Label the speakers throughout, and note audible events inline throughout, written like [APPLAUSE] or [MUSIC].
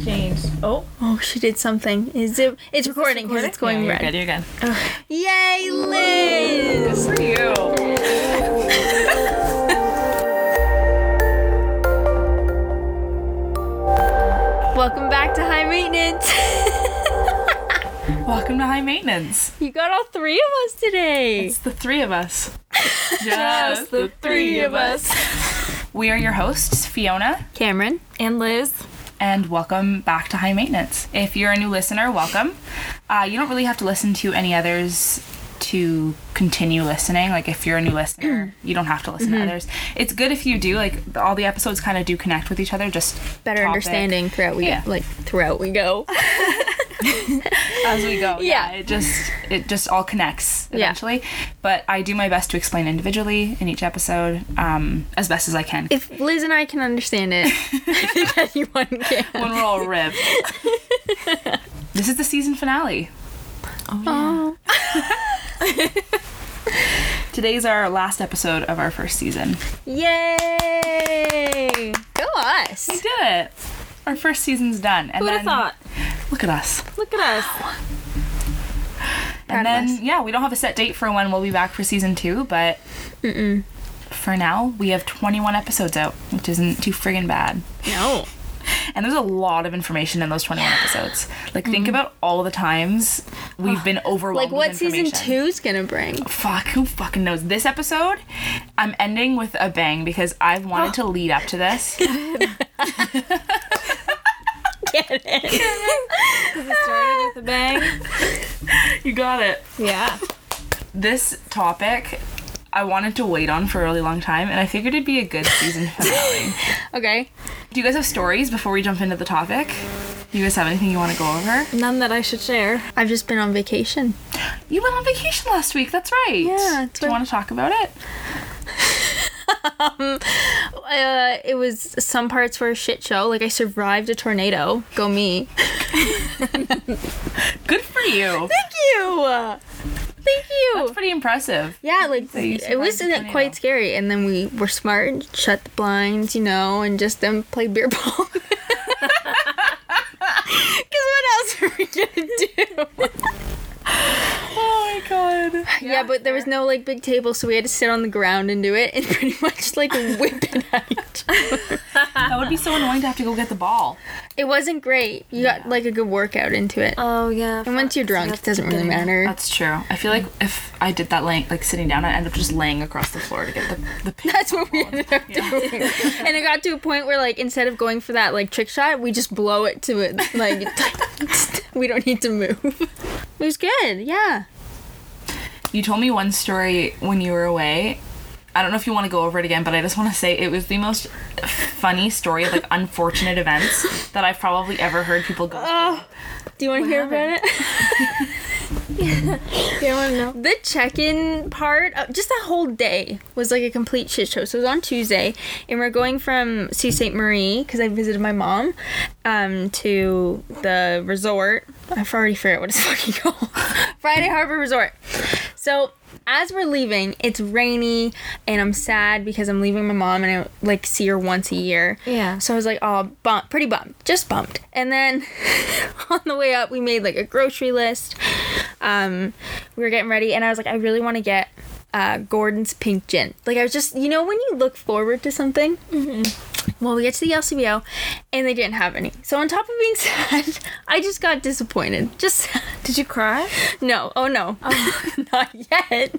Speaker 1: James. Oh,
Speaker 2: Oh, she did something. Is it? It's recording because it's going
Speaker 1: yeah,
Speaker 2: red.
Speaker 1: You're good. You're
Speaker 2: Yay, Liz!
Speaker 1: good. For you.
Speaker 2: Welcome back to High Maintenance. [LAUGHS]
Speaker 1: Welcome to High Maintenance.
Speaker 2: you got all three of us today.
Speaker 1: It's the three of [LAUGHS] us. Just the three of us. We are your hosts, Fiona,
Speaker 2: Cameron.
Speaker 3: And Liz.
Speaker 1: and welcome back to High Maintenance. If you're a new listener, welcome. Uh, you don't really have to listen to any others to continue listening. Like if you're a new listener, [CLEARS THROAT] you don't have to listen to others. It's good if you do. Like the- all the episodes kind of do connect with each other. Just
Speaker 2: Better
Speaker 1: topic
Speaker 2: understanding throughout we
Speaker 1: Yeah.
Speaker 2: like throughout we go.
Speaker 1: as we go. Yeah.
Speaker 2: Yeah.
Speaker 1: it just it just all connects
Speaker 2: Yeah.
Speaker 1: eventually. But I do my best to explain individually in each episode um, as best as I can.
Speaker 2: If Liz and I can understand it, anyone can.
Speaker 1: when we're all
Speaker 2: [LAUGHS]
Speaker 1: ripped. this is the season finale.
Speaker 2: Oh,
Speaker 1: Today's our last episode of our first season.
Speaker 2: yay! Go us.
Speaker 1: We did it. Our first season's done. And
Speaker 3: Who would have
Speaker 1: then-
Speaker 3: thought?
Speaker 1: Look at us.
Speaker 3: Look at us.
Speaker 2: Proud of
Speaker 1: and then
Speaker 2: us.
Speaker 1: yeah, we don't have a set date for when we'll be back for season two, but
Speaker 2: Mm-mm.
Speaker 1: for now we have 21 episodes out, which isn't too friggin' bad.
Speaker 2: No.
Speaker 1: And there's a lot of information in those 21 episodes. Like, think about all the times we've been overwhelmed.
Speaker 2: Like what
Speaker 1: with
Speaker 2: season
Speaker 1: information.
Speaker 2: two's gonna bring?
Speaker 1: Fuck, who fucking knows? This episode, I'm ending with a bang because I've [GASPS] wanted to lead up to this.
Speaker 2: Get it?
Speaker 3: Started with a bang.
Speaker 1: [LAUGHS] you got it.
Speaker 3: Yeah.
Speaker 1: This topic, I wanted to wait on for a really long time, and I figured it'd be a good season [LAUGHS] finale.
Speaker 2: Okay.
Speaker 1: Do you guys have stories before we jump into the topic? Do you guys have anything you want to go over?
Speaker 3: None that I should share.
Speaker 2: I've just been on vacation.
Speaker 1: You went on vacation last week. That's right.
Speaker 2: Yeah, it's
Speaker 1: Do you
Speaker 2: what-
Speaker 1: want to talk about it?
Speaker 2: uh, it was some parts were a shit show. Like I survived a tornado. Go me.
Speaker 1: Good for [LAUGHS] you.
Speaker 2: Thank you. Thank
Speaker 1: That's
Speaker 2: you.
Speaker 1: pretty impressive.
Speaker 2: Yeah, like
Speaker 1: you
Speaker 2: it
Speaker 1: survived
Speaker 2: wasn't
Speaker 1: a
Speaker 2: that quite
Speaker 1: tornado.
Speaker 2: scary. And then we were smart and shut the blinds, you know, and just then play beer pong. [LAUGHS] Because what else are we gonna do?
Speaker 1: Oh my god.
Speaker 2: Yeah, but there was no like big table, so we had to sit on the ground and do it, and pretty much like whip it at each other.
Speaker 1: That would be so annoying to have to go get the ball.
Speaker 2: It wasn't great. You got like a good workout into it.
Speaker 3: Oh, yeah.
Speaker 2: And once you're drunk, it doesn't really matter.
Speaker 1: That's true. I feel like if I did that, laying, like sitting down, I'd end up just laying across the floor to get the the. pin.
Speaker 2: [LAUGHS] That's what we ended up doing. and it got to a point where, like, instead of going for that, like, trick shot, we just blow it to it. Like, [LAUGHS] we don't need to move. [LAUGHS] It was good, yeah.
Speaker 1: You told me one story when you were away. I don't know if you want to go over it again, but I just want to say it was the most funny story of like unfortunate events that I've probably ever heard people go. through.
Speaker 2: Do you want to hear about it?
Speaker 3: You don't want to know.
Speaker 2: The check in part, uh, just that whole day was like a complete shit show. So it was on Tuesday, and we're going from Sault Ste. Marie, because I visited my mom, um, to the resort. I've already forgot what it's [LAUGHS] fucking called Friday Harbor Resort. So as we're leaving, it's rainy and I'm sad because I'm leaving my mom and I like see her once a year.
Speaker 3: Yeah.
Speaker 2: So I was like, oh, bump, pretty bummed, just bummed. And then [LAUGHS] on the way up, we made like a grocery list. Um, we were getting ready and I was like, I really want to get uh, Gordon's pink gin. Like I was just, you know, when you look forward to something.
Speaker 3: Mm-hmm.
Speaker 2: Well, we get to the LCBO and they didn't have any. So on top of being [LAUGHS] sad, I just got disappointed. Just sad.
Speaker 3: Did you cry?
Speaker 2: No. Oh no. [LAUGHS] Not yet.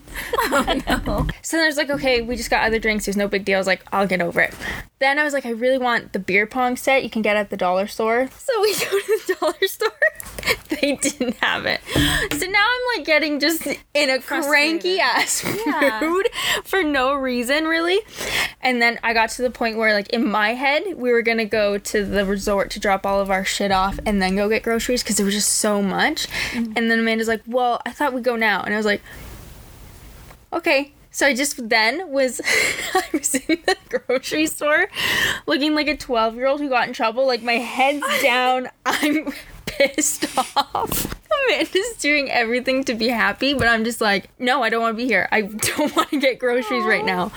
Speaker 2: So then I was like, okay, we just got other drinks. There's no big deal. I was like, I'll get over it. Then I was like, I really want the beer pong set you can get at the dollar store. So we [LAUGHS] go to the dollar store. [LAUGHS] they didn't have it. So now I'm like getting just in a cranky ass [LAUGHS]
Speaker 3: Yeah.
Speaker 2: mood for no reason, really. And then I got to the point where, like, in my head, we were gonna go to the resort to drop all of our shit off and then go get groceries because there was just so much. And then Amanda's like, well, I thought we'd go now. And I was like, Okay. So I just then was [LAUGHS] I was in the grocery store looking like a 12-year-old who got in trouble. Like my
Speaker 3: [LAUGHS]
Speaker 2: head's down. I'm pissed off. Amanda's doing everything to be happy, but I'm just [LAUGHS] like, no, I don't want to be here. I don't want to get groceries right now.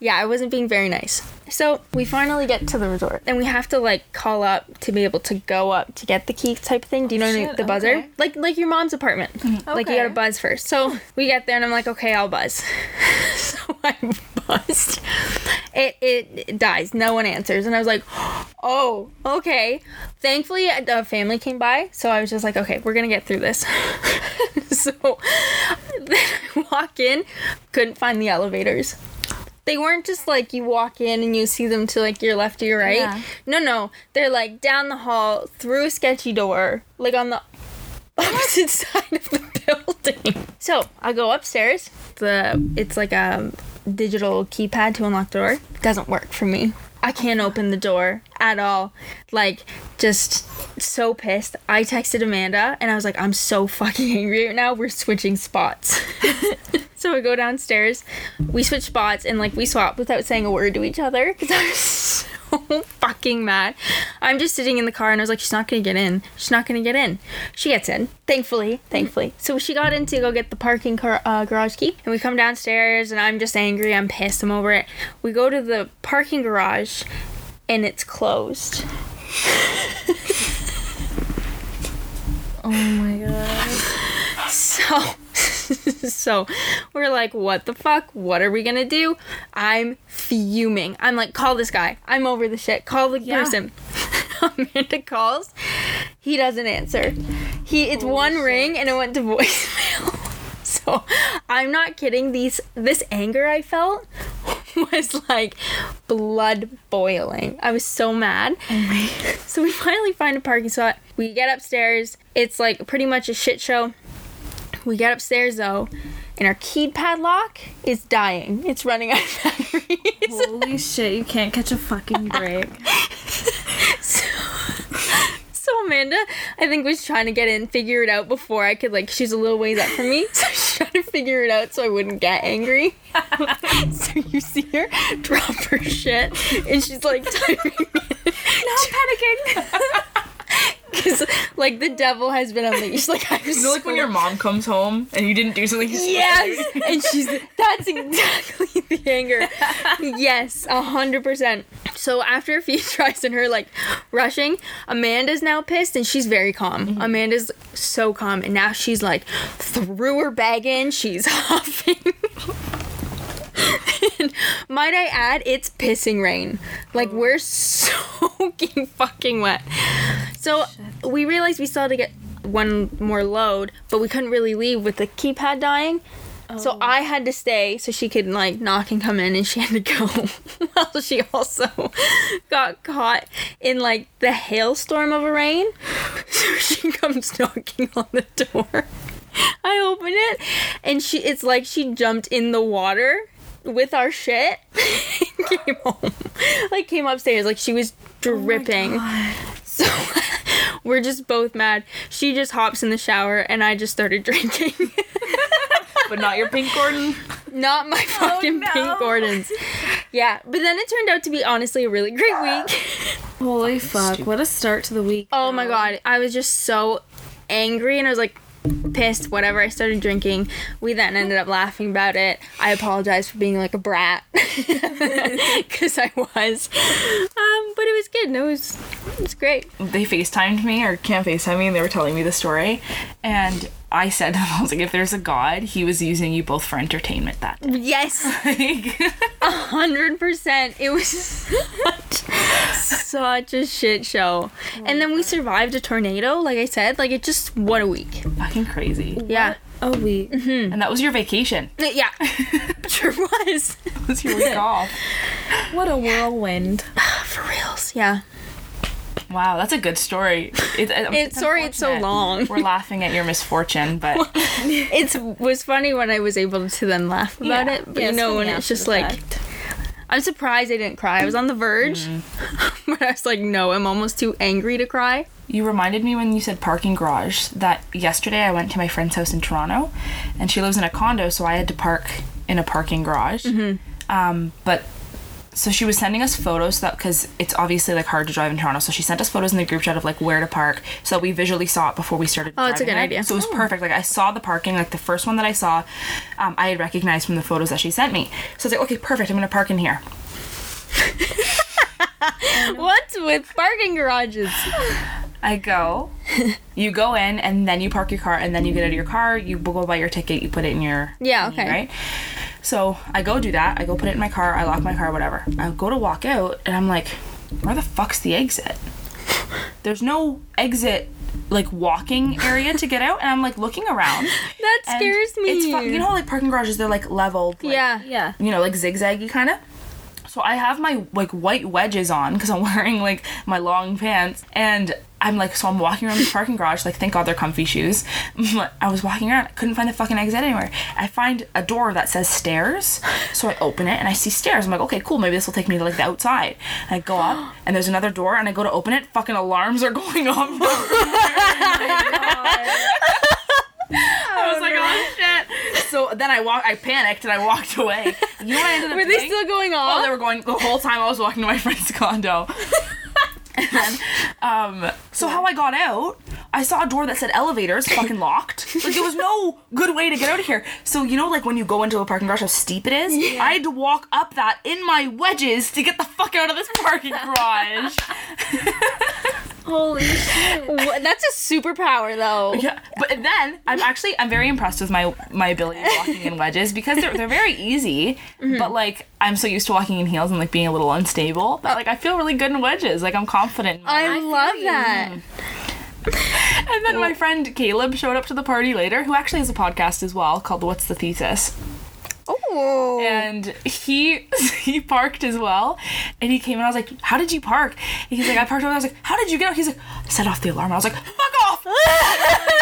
Speaker 2: Yeah, I wasn't being very nice. So we finally get to the resort, and we have to like call up to be able to go up to get the key type thing. Do you know
Speaker 3: Oh, Shit,
Speaker 2: the buzzer?
Speaker 3: okay. Mm-hmm.
Speaker 2: Like like your mom's apartment. Like you
Speaker 3: Okay.
Speaker 2: gotta buzz first. So we get there, and I'm like, okay, I'll buzz. [LAUGHS] so I buzzed. It, it it dies. No one answers, and I was like, [GASPS] oh, okay. Thankfully, a a family came by, so I was just like, okay, we're gonna get through this. [LAUGHS] so [LAUGHS] then I walk in, couldn't find the elevators they weren't just like you walk in and you see them to like your left or your right.
Speaker 3: Yeah.
Speaker 2: No, no, they're like down the hall through a sketchy door, like on the [LAUGHS] opposite side of the building. So I go upstairs. The it's like a digital keypad to unlock the door. Doesn't work for me. I can't open the door at all. Like just so pissed. I texted Amanda and I was like, I'm so fucking angry right now. We're switching spots. [LAUGHS] So I go downstairs, we switch spots, and like we swap without saying a word to each other because I was [LAUGHS] so fucking mad. I'm just sitting in the car and I was like, she's not gonna get in. She's not gonna get in. She gets in, thankfully, thankfully. So she got in to go get the parking car uh, garage key, and we come downstairs, and I'm just angry. I'm pissed. I'm over it. We go to the parking garage, and it's closed.
Speaker 3: Oh my god.
Speaker 2: So, [LAUGHS] so we're like, what the fuck? What are we gonna do? I'm fuming. I'm like, call this guy. I'm over the shit. Call the
Speaker 1: Yeah.
Speaker 2: person. [LAUGHS] Amanda calls. He doesn't answer. He it's one ring and it went to [LAUGHS] voicemail. [LAUGHS] so I'm not kidding. These this anger I felt [LAUGHS] was like blood boiling. I was so mad. So we finally find a parking spot. We get upstairs. It's like pretty much a shit show. We get upstairs though, and our keypad padlock is dying. It's running out of [LAUGHS] batteries.
Speaker 3: Holy shit, you can't catch a fucking break.
Speaker 2: [LAUGHS] So Amanda, I think was trying to get in, figure it out before I could like. She's a little ways up from me, [LAUGHS] so she's trying to figure it out so I wouldn't get angry. [LAUGHS] so you see her drop her shit, and she's like [LAUGHS] typing. Now I'm [LAUGHS] panicking. Because like the devil has been unleashed. Like I'm.
Speaker 1: You know, like when your mom comes home and you didn't do something. She's
Speaker 2: [LAUGHS] Yes, and she's that's exactly [LAUGHS] the anger. Yes, a hundred percent. So after [LAUGHS] a few tries and her like rushing, Amanda's now pissed and she's very calm. Amanda's so calm, and now she's like threw her bag in. She's [LAUGHS] huffing. And [LAUGHS] might I add, it's pissing rain. Like we're [LAUGHS] soaking fucking wet. So we realized we still had to get one more load, but we couldn't really leave with the keypad dying. So I had to stay so she could like knock and come in, and she had to go. [LAUGHS] well, she also [LAUGHS] got caught in like the hailstorm of a rain, [LAUGHS] so she comes knocking on the door. I open it, and she it's like she jumped in the water with our shit and [LAUGHS] came home. Like came upstairs, like she was dripping. so [LAUGHS] we're just both mad. She just hops in the shower and I just started [LAUGHS] drinking.
Speaker 1: but not your pink Gordon.
Speaker 2: Not my fucking
Speaker 3: no.
Speaker 2: pink Gordons. Yeah, but then it turned out to be honestly a really great week.
Speaker 3: [LAUGHS] Holy fuck, what a start to the week.
Speaker 2: Oh my god, I was just so angry and I was like pissed, whatever. I started drinking. We then ended up laughing about it. I apologized for being like a brat [LAUGHS] because I was. Um, but it was good. No, it was, it was great.
Speaker 1: they FaceTimed me or can't FaceTime me and they were telling me the story. And I said, [LAUGHS] I was like, if there's a God, he was using you both for entertainment that [LAUGHS] day.
Speaker 2: Yes,
Speaker 1: Like,
Speaker 2: 100%. It was such, such a shit show. And then we survived a tornado, like I said. Like, it just, what a week.
Speaker 1: fucking crazy.
Speaker 2: Yeah.
Speaker 3: Oh, [LAUGHS] we.
Speaker 1: And that was your vacation. [LAUGHS]
Speaker 2: Yeah. [LAUGHS] sure was.
Speaker 1: That was your week off.
Speaker 3: What a [LAUGHS] whirlwind.
Speaker 2: For reals. Yeah.
Speaker 1: Wow, that's a good story. It, it-
Speaker 2: It's sorry it's so
Speaker 1: unfortunate.
Speaker 2: long.
Speaker 1: We're laughing at your misfortune, but
Speaker 2: It's was funny when I was able to then laugh about
Speaker 1: Yeah.
Speaker 2: it, but you know when it's just like I'm surprised I didn't cry. I was on the verge, [LAUGHS] but I was like, no, I'm almost too angry to cry.
Speaker 1: You reminded me when you said parking garage that yesterday I went to my friend's house in Toronto and she lives in a condo, so I had to park in a parking garage.
Speaker 2: Mm-hmm.
Speaker 1: Um, but so she was sending us photos that because it's obviously like hard to drive in Toronto, so she sent us photos in the group chat of like where to park so that we visually saw it before we started.
Speaker 2: Oh, that's a
Speaker 1: driving
Speaker 2: good
Speaker 1: there.
Speaker 2: idea.
Speaker 1: So it was perfect. Like I saw the parking, like the first one that I saw, um, I had recognized from the photos that she sent me. So I was like, okay, perfect. I'm gonna park in here.
Speaker 2: What's with parking garages?
Speaker 1: I
Speaker 2: [LAUGHS]
Speaker 1: go. you go in and then you park your car and then you get out of your car. You go buy your ticket. You put it in your
Speaker 2: Yeah,
Speaker 1: thingy,
Speaker 2: okay.
Speaker 1: Right. So I go do that. I go put it in my car. I lock my car. Whatever. I go to walk out and I'm like, where the fuck's the
Speaker 2: [LAUGHS]
Speaker 1: exit? There's no exit like walking area to get out and I'm like looking
Speaker 2: [LAUGHS]
Speaker 1: around.
Speaker 2: That
Speaker 1: and
Speaker 2: scares me.
Speaker 1: It's fu- you know like parking garages they're like leveled like,
Speaker 2: yeah.
Speaker 3: Yeah.
Speaker 1: you know, like zigzaggy kind of. So I have my like white wedges on because I'm [LAUGHS] wearing like my long pants, and I'm like, so I'm walking around this parking garage, like, thank God they're comfy shoes. [LAUGHS] I was walking around, I couldn't find the fucking exit anywhere. I find a door that says stairs, so I open it and I see stairs. I'm like, okay, cool, maybe this will take me to like the outside. And I go up, and there's another door, and I go to open it. Fucking alarms are [LAUGHS] going
Speaker 2: [LAUGHS] Oh
Speaker 1: off. [LAUGHS] I was like, oh shit. So then I walk, I panicked and I walked away. You know what I ended up
Speaker 2: Were they
Speaker 1: doing?
Speaker 2: still going
Speaker 1: Oh, they
Speaker 2: on?
Speaker 1: were going the whole time I was walking to my [LAUGHS] friend's condo. and then, um, so how I got out, I saw a door that said elevators, fucking locked. Like there was no good way to get out of here. So you know, like when you go into a parking garage, how steep it is. I had to walk up that in my wedges to get the fuck out of this parking garage.
Speaker 3: Holy shit.
Speaker 2: Wha- That's a superpower though.
Speaker 1: [LAUGHS] Yeah, but then I'm actually I'm very impressed with my my ability of walking in wedges because they're they're very easy. But like I'm so used to walking in heels and like being a little unstable that like I feel really good in wedges. Like I'm confident. in my-
Speaker 2: I, love that.
Speaker 1: and then my friend Caleb showed up to the party later, who actually has a podcast as well called What's the Thesis,
Speaker 2: Oh.
Speaker 1: and he [LAUGHS] he parked as well, and he came and I was like, How did you park? And he's like, I parked over. there." I was like, How did you get out? He's like, I set off the alarm. I was like, Fuck off. [LAUGHS]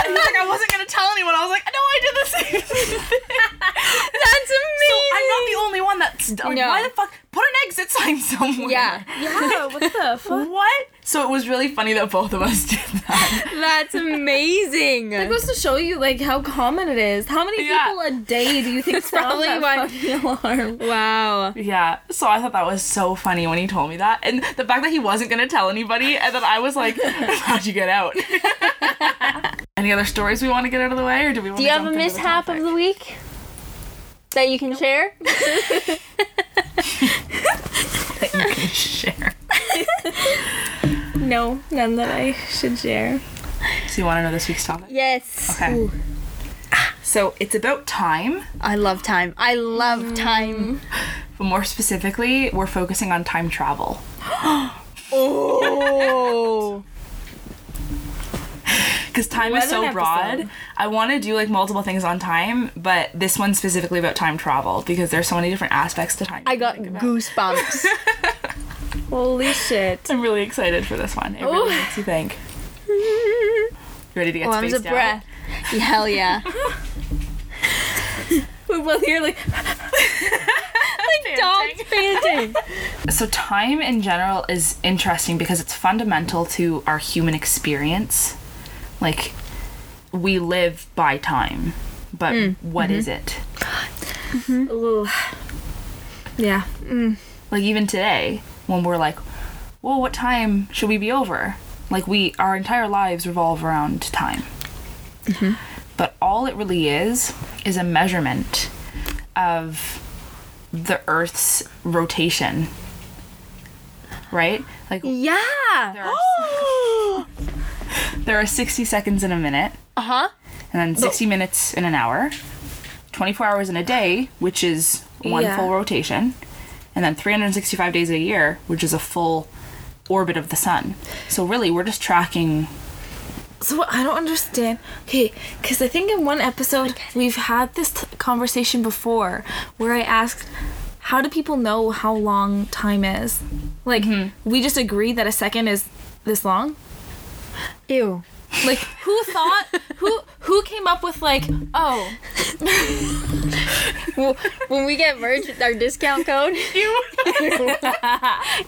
Speaker 1: And he's like, I wasn't gonna tell anyone. I was like, No, I did the same thing.
Speaker 2: [LAUGHS] That's
Speaker 1: So
Speaker 2: amazing.
Speaker 1: I'm not the only one that's like,
Speaker 2: No.
Speaker 1: why the fuck put an exit sign somewhere.
Speaker 2: yeah.
Speaker 1: [LAUGHS]
Speaker 3: Yeah, what
Speaker 2: [LAUGHS]
Speaker 3: the fuck?
Speaker 1: What? So it was really funny that both of us did that.
Speaker 2: That's amazing.
Speaker 3: It goes to show you like how common it is. How many
Speaker 1: Yeah.
Speaker 3: people a day do you think
Speaker 2: That's
Speaker 3: sound
Speaker 2: probably
Speaker 3: that
Speaker 2: why-
Speaker 3: fucking [LAUGHS] alarm?
Speaker 2: [LAUGHS] wow.
Speaker 1: yeah. So I thought that was so funny when he told me that, and the fact that he wasn't gonna tell anybody, and then I was
Speaker 2: [LAUGHS]
Speaker 1: like, "How'd you get out?" Any other stories we want to get out of the way, or do we? Want
Speaker 2: Do you have a mishap of the week that you can share?
Speaker 1: [LAUGHS] share?
Speaker 3: No, none that I should share.
Speaker 1: So you want to know this week's topic?
Speaker 2: Yes.
Speaker 1: Okay. So it's about time.
Speaker 2: I love time. I love time.
Speaker 1: But more specifically, we're focusing on time travel.
Speaker 2: Oh.
Speaker 1: Because time is
Speaker 3: What
Speaker 1: so
Speaker 3: an
Speaker 1: broad.
Speaker 3: episode.
Speaker 1: I want to do like multiple things on time, but this one's specifically about time travel because there's so many different aspects to time.
Speaker 2: I got goosebumps.
Speaker 3: [LAUGHS] Holy shit.
Speaker 1: I'm really excited for this one. It really makes you think. You ready to get
Speaker 2: Arms of
Speaker 1: spaced out?
Speaker 2: breath. Yeah, hell
Speaker 3: [LAUGHS]
Speaker 2: yeah.
Speaker 3: We're both here like
Speaker 2: like dogs
Speaker 3: [LAUGHS]
Speaker 2: panting.
Speaker 1: So time in general is interesting because it's fundamental to our human experience. Like we live by time, but what is it?
Speaker 3: Hmm. Mm-hmm. Ooh. Yeah. Mm.
Speaker 1: like even today when we're like well what time should we be over like we our entire lives revolve around time
Speaker 3: Mm-hmm.
Speaker 1: but all it really is is a measurement of the earth's rotation right like
Speaker 2: Yeah.
Speaker 1: there are, [LAUGHS] there are 60 seconds in a minute
Speaker 2: Uh huh.
Speaker 1: and then 60 minutes in an hour 24 hours in a day which is one
Speaker 3: Yeah.
Speaker 1: full rotation and then 365 days a year which is a full orbit of the sun so really we're just tracking
Speaker 3: So what I don't understand. Okay, because I think in one episode we've had this t- conversation before, where I asked, "How do people know how long time is?" Like we just agree that a second is this long.
Speaker 2: Ew.
Speaker 3: Like who thought? who who came up with like, oh,
Speaker 2: Well, when we get merch, our discount
Speaker 3: [LAUGHS]
Speaker 2: code [LAUGHS]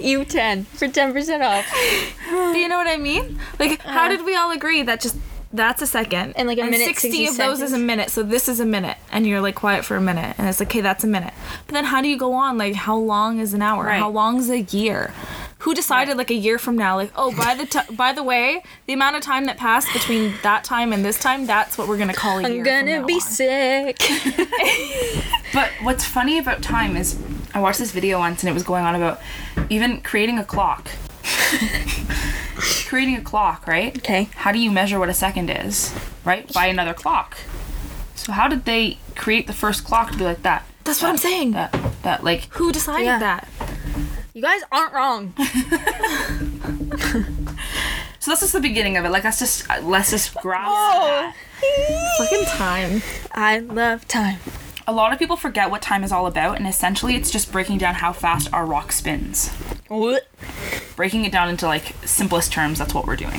Speaker 2: U10 for 10% off.
Speaker 3: do you know what I mean? Like how did we all agree that just that's Uh. a second
Speaker 2: And, like, a minute,
Speaker 3: 60,
Speaker 2: 60
Speaker 3: of those is a
Speaker 2: seconds.
Speaker 3: minute so this is a minute and you're like quiet for a minute and it's like okay that's a minute but then how do you go on like how long is an hour
Speaker 1: Right.
Speaker 3: how long is a year who decided like a year from now like oh by the t- by the way the amount of time that passed between that time and this time that's what we're gonna call a year
Speaker 2: I'm
Speaker 3: from
Speaker 2: gonna
Speaker 3: now
Speaker 2: be
Speaker 3: on.
Speaker 2: sick.
Speaker 1: but what's funny about time is i watched this video once and it was going on about Even creating a clock. creating a clock, right?
Speaker 2: Okay.
Speaker 1: How do you measure what a second is? Right? By another clock. So how did they create the first clock to be like that?
Speaker 3: That's what I'm saying.
Speaker 1: That that like
Speaker 3: Who decided
Speaker 2: Yeah.
Speaker 3: that?
Speaker 2: You guys aren't wrong.
Speaker 1: so that's just the beginning of it. Like let's just uh, let's just grasp that.
Speaker 3: [LAUGHS] Fucking time.
Speaker 2: I love time.
Speaker 1: A lot of people forget what time is all about, and essentially it's just breaking down how fast our rock spins.
Speaker 2: What?
Speaker 1: breaking it down into like simplest terms that's what we're doing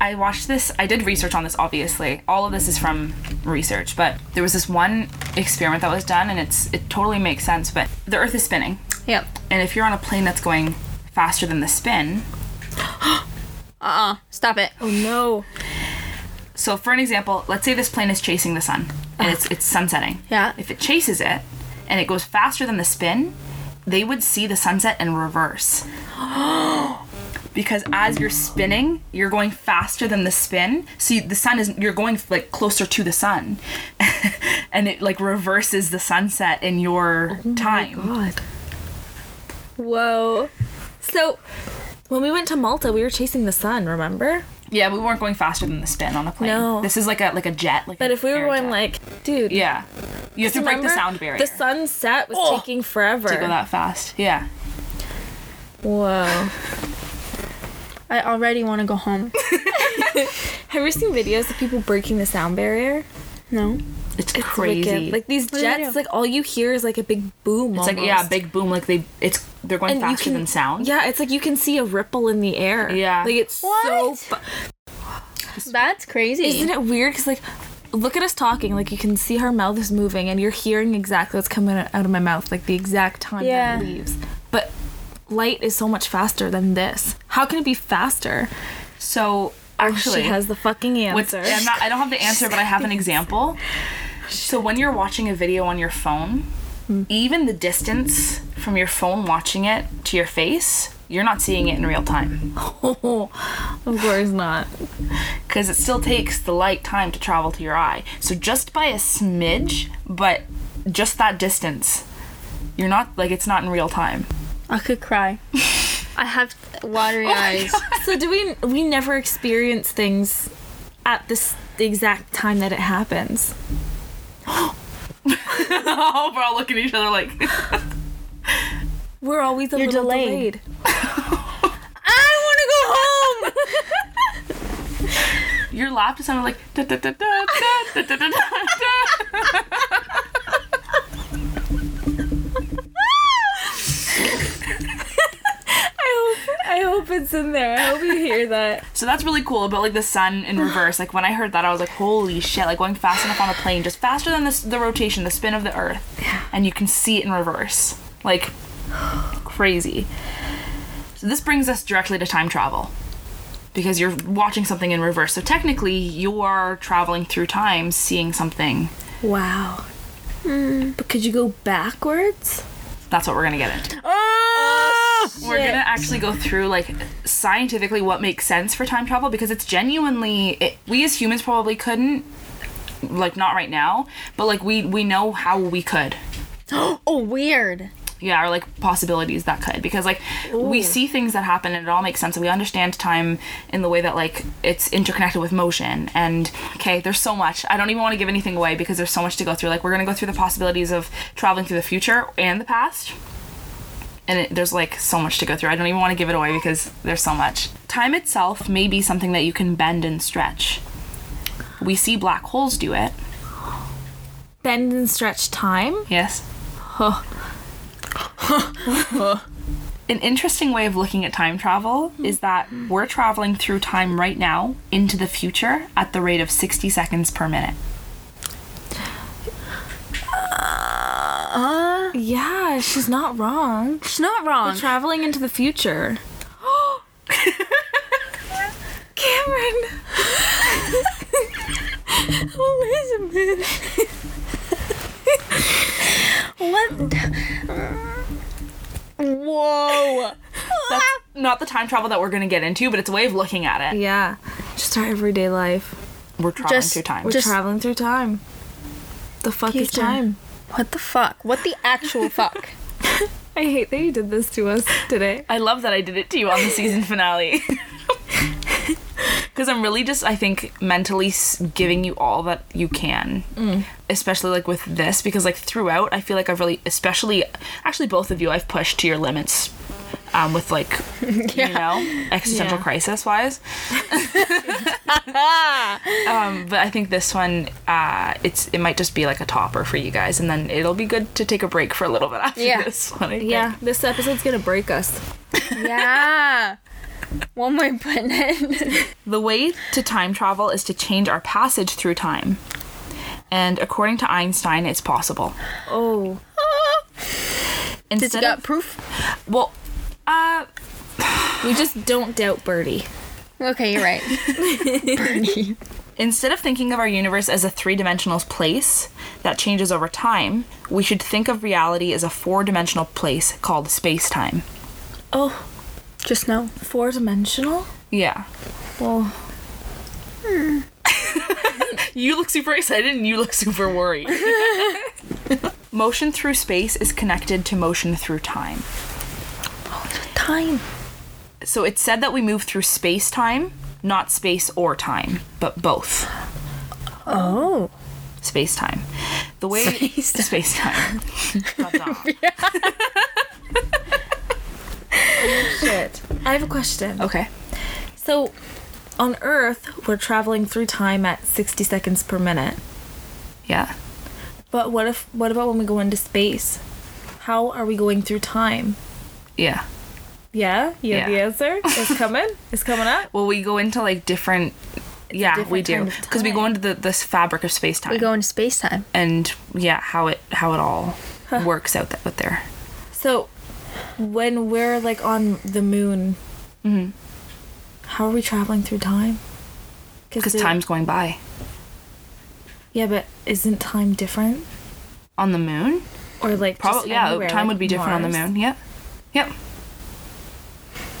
Speaker 1: i watched this i did research on this obviously all of this is from research but there was this one experiment that was done and it's it totally makes sense but the earth is spinning
Speaker 2: Yep.
Speaker 1: and if you're on a plane that's going faster than the spin
Speaker 2: Uh-uh. Stop it.
Speaker 3: Oh no.
Speaker 1: so for an example let's say this plane is chasing the sun
Speaker 3: Ah.
Speaker 1: and it's it's sunsetting
Speaker 2: Yeah.
Speaker 1: if it chases it and it goes faster than the spin they would see the sunset in
Speaker 3: [GASPS]
Speaker 1: reverse because as you're spinning you're going faster than the spin so you, the sun is you're going like closer to the sun [LAUGHS] and it like reverses the sunset in your time
Speaker 3: Oh God.
Speaker 2: Whoa. So,
Speaker 3: When we went to Malta, we were chasing the sun, remember?
Speaker 1: yeah we weren't going faster than the spin on a plane
Speaker 3: No.
Speaker 1: this is like a like a jet like
Speaker 3: But
Speaker 1: an
Speaker 3: if we were
Speaker 1: aerojet.
Speaker 3: going like, dude,
Speaker 1: yeah you have to break the
Speaker 3: remember?
Speaker 1: sound barrier
Speaker 3: The sunset was
Speaker 2: Oh.
Speaker 3: taking forever.
Speaker 1: to go that fast yeah
Speaker 3: Whoa.
Speaker 2: I already want to go
Speaker 3: [LAUGHS]
Speaker 2: home.
Speaker 3: Have you seen videos of people breaking the sound barrier?
Speaker 2: No.
Speaker 1: it's,
Speaker 3: It's
Speaker 1: crazy
Speaker 3: wicked. Like these
Speaker 2: What do they
Speaker 3: jets,
Speaker 2: do?
Speaker 3: like all you hear is like a big boom.
Speaker 1: It's like yeah, big boom. Like they, it's they're going faster than sound.
Speaker 3: Yeah, it's like you can see a ripple in the air.
Speaker 1: Yeah.
Speaker 3: like it's so.
Speaker 2: What?
Speaker 3: Fu-
Speaker 2: That's crazy.
Speaker 3: Isn't it weird? Because like, look at us talking. Like you can see her mouth is moving, and you're hearing exactly what's coming out of my mouth, like the exact time
Speaker 2: Yeah.
Speaker 3: that it leaves. But light is so much faster than this. How can it be faster?
Speaker 1: So actually,
Speaker 3: she has the fucking
Speaker 1: what's-
Speaker 3: answer.
Speaker 1: I'm not, I don't have the answer, but I
Speaker 3: [LAUGHS]
Speaker 1: have an example. So when you're watching a video on your phone,
Speaker 3: Mm.
Speaker 1: even the distance from your phone watching it to your face, you're not seeing it in real time
Speaker 3: of course not.
Speaker 1: because it still takes the light time to travel to your eye. So just by a smidge, but just that distance, you're not like it's not in real time. [LAUGHS]
Speaker 2: I could
Speaker 3: [LAUGHS]
Speaker 2: cry. I have watery eyes.
Speaker 3: Oh So do we? We never experience things at this the exact time that it happens.
Speaker 1: oh, we're all looking at each other like.
Speaker 3: We're always a
Speaker 2: You're
Speaker 3: little
Speaker 2: delayed.
Speaker 3: delayed.
Speaker 2: I want to go home.
Speaker 1: [LAUGHS] Your laugh just sounded like da da da da da da da da da.
Speaker 3: I hope I hope it's in there. I hope you hear that.
Speaker 1: So that's really cool about like the sun in reverse. Like when I heard that, I was like, holy shit! Like going fast enough on a plane, just faster than the, s- the rotation, the spin of the Earth, and you can see it in reverse. Like crazy. So this brings us directly to time travel. Because you're watching something in reverse. So technically, you are traveling through time, seeing something.
Speaker 3: [LAUGHS] Wow. But could you go backwards?
Speaker 1: That's what we're gonna get into.
Speaker 2: Oh,
Speaker 1: We're gonna actually go through like scientifically what makes sense for time travel because it's genuinely it, we as humans probably couldn't like not right now but like we we know how we could
Speaker 2: oh, weird.
Speaker 1: yeah or like possibilities that could because like we see things that happen and it all makes sense and we understand time in the way that like it's interconnected with motion and okay there's so much i don't even want to give anything away because there's so much to go through like we're gonna go through the possibilities of traveling through the future and the past and it, there's like so much to go through. I don't even want to give it away because there's so much. Time itself may be something that you can bend and stretch. We see black holes do it.
Speaker 3: Bend and stretch time?
Speaker 1: Yes. [LAUGHS] An interesting way of looking at time travel is that we're traveling through time right now into the future at the rate of 60 seconds per minute.
Speaker 2: Uh,
Speaker 3: Yeah, she's not wrong.
Speaker 2: she's not wrong.
Speaker 3: Traveling into the future. Cameron!
Speaker 2: Elizabeth. what?
Speaker 3: [LAUGHS]
Speaker 2: Whoa.
Speaker 1: That's not the time travel that we're going to get into, but it's a way of looking at it.
Speaker 3: Yeah, just our everyday life.
Speaker 1: We're traveling
Speaker 2: Just-
Speaker 1: through time.
Speaker 3: We're
Speaker 2: Just-
Speaker 3: traveling through time. The fuck is
Speaker 2: Future.
Speaker 3: time?
Speaker 2: What the fuck? What the actual fuck?
Speaker 3: I hate that you did this to us today.
Speaker 1: I love that I did it to you on the season
Speaker 3: [LAUGHS]
Speaker 1: finale. [LAUGHS] Because I'm really just, I think, mentally s- giving you all that you can.
Speaker 3: Mm.
Speaker 1: Especially like with this, because like throughout, I feel like I've really, especially, actually, both of you, I've pushed to your limits um, with
Speaker 3: [LAUGHS]
Speaker 1: like, you know, existential
Speaker 3: Yeah.
Speaker 1: crisis
Speaker 3: [LAUGHS]
Speaker 1: wise. um, but I think this one, uh, it's it might just be like a topper for you guys, and then it'll be good to take a break for a little bit after
Speaker 2: Yeah.
Speaker 1: this one. I think.
Speaker 3: Yeah, this episode's gonna break us.
Speaker 2: yeah. One more [LAUGHS] button.
Speaker 1: The way to time travel is to change our passage through time. And according to Einstein, it's possible.
Speaker 3: Oh.
Speaker 2: Did you
Speaker 1: Instead
Speaker 2: got
Speaker 1: of
Speaker 2: proof?
Speaker 1: well, uh,
Speaker 3: We just don't doubt Birdie.
Speaker 2: Okay, you're right. Bernie.
Speaker 1: instead of thinking of our universe as a three-dimensional place that changes over time, we should think of reality as a four-dimensional place called space-time.
Speaker 3: Oh,
Speaker 2: Just know.
Speaker 3: four dimensional?
Speaker 1: Yeah. Hmm.
Speaker 3: Well,
Speaker 1: [LAUGHS] You look super excited and you look super
Speaker 2: [LAUGHS]
Speaker 1: worried. motion through space is connected to motion through time.
Speaker 3: time.
Speaker 1: So it's said that we move through space time, not space or time, but both.
Speaker 2: Oh.
Speaker 1: Space time. The way space time.
Speaker 3: [LAUGHS] Shit. I have a question.
Speaker 1: okay.
Speaker 3: So, on Earth, we're traveling through time at 60 seconds per minute.
Speaker 1: Yeah.
Speaker 3: But what if what about when we go into space? How are we going through time?
Speaker 1: Yeah.
Speaker 3: Yeah, you
Speaker 1: Yeah.
Speaker 3: have the answer.
Speaker 1: [LAUGHS]
Speaker 3: It's coming. it's coming up.
Speaker 1: Well, we go into like different. yeah, we do
Speaker 3: different kind of
Speaker 1: because we go
Speaker 3: time.
Speaker 1: into the this fabric of space time
Speaker 2: We go into space time.
Speaker 1: and yeah, how it how it all works out that out there.
Speaker 3: So, when we're like on the moon,
Speaker 1: Mm-hmm.
Speaker 3: how are we traveling through time?
Speaker 1: Because
Speaker 3: the-
Speaker 1: time's going by
Speaker 3: Yeah, but isn't time different?
Speaker 1: on the moon.
Speaker 3: Or like
Speaker 1: Probably yeah, time would be different on the moon. Yep. Yep.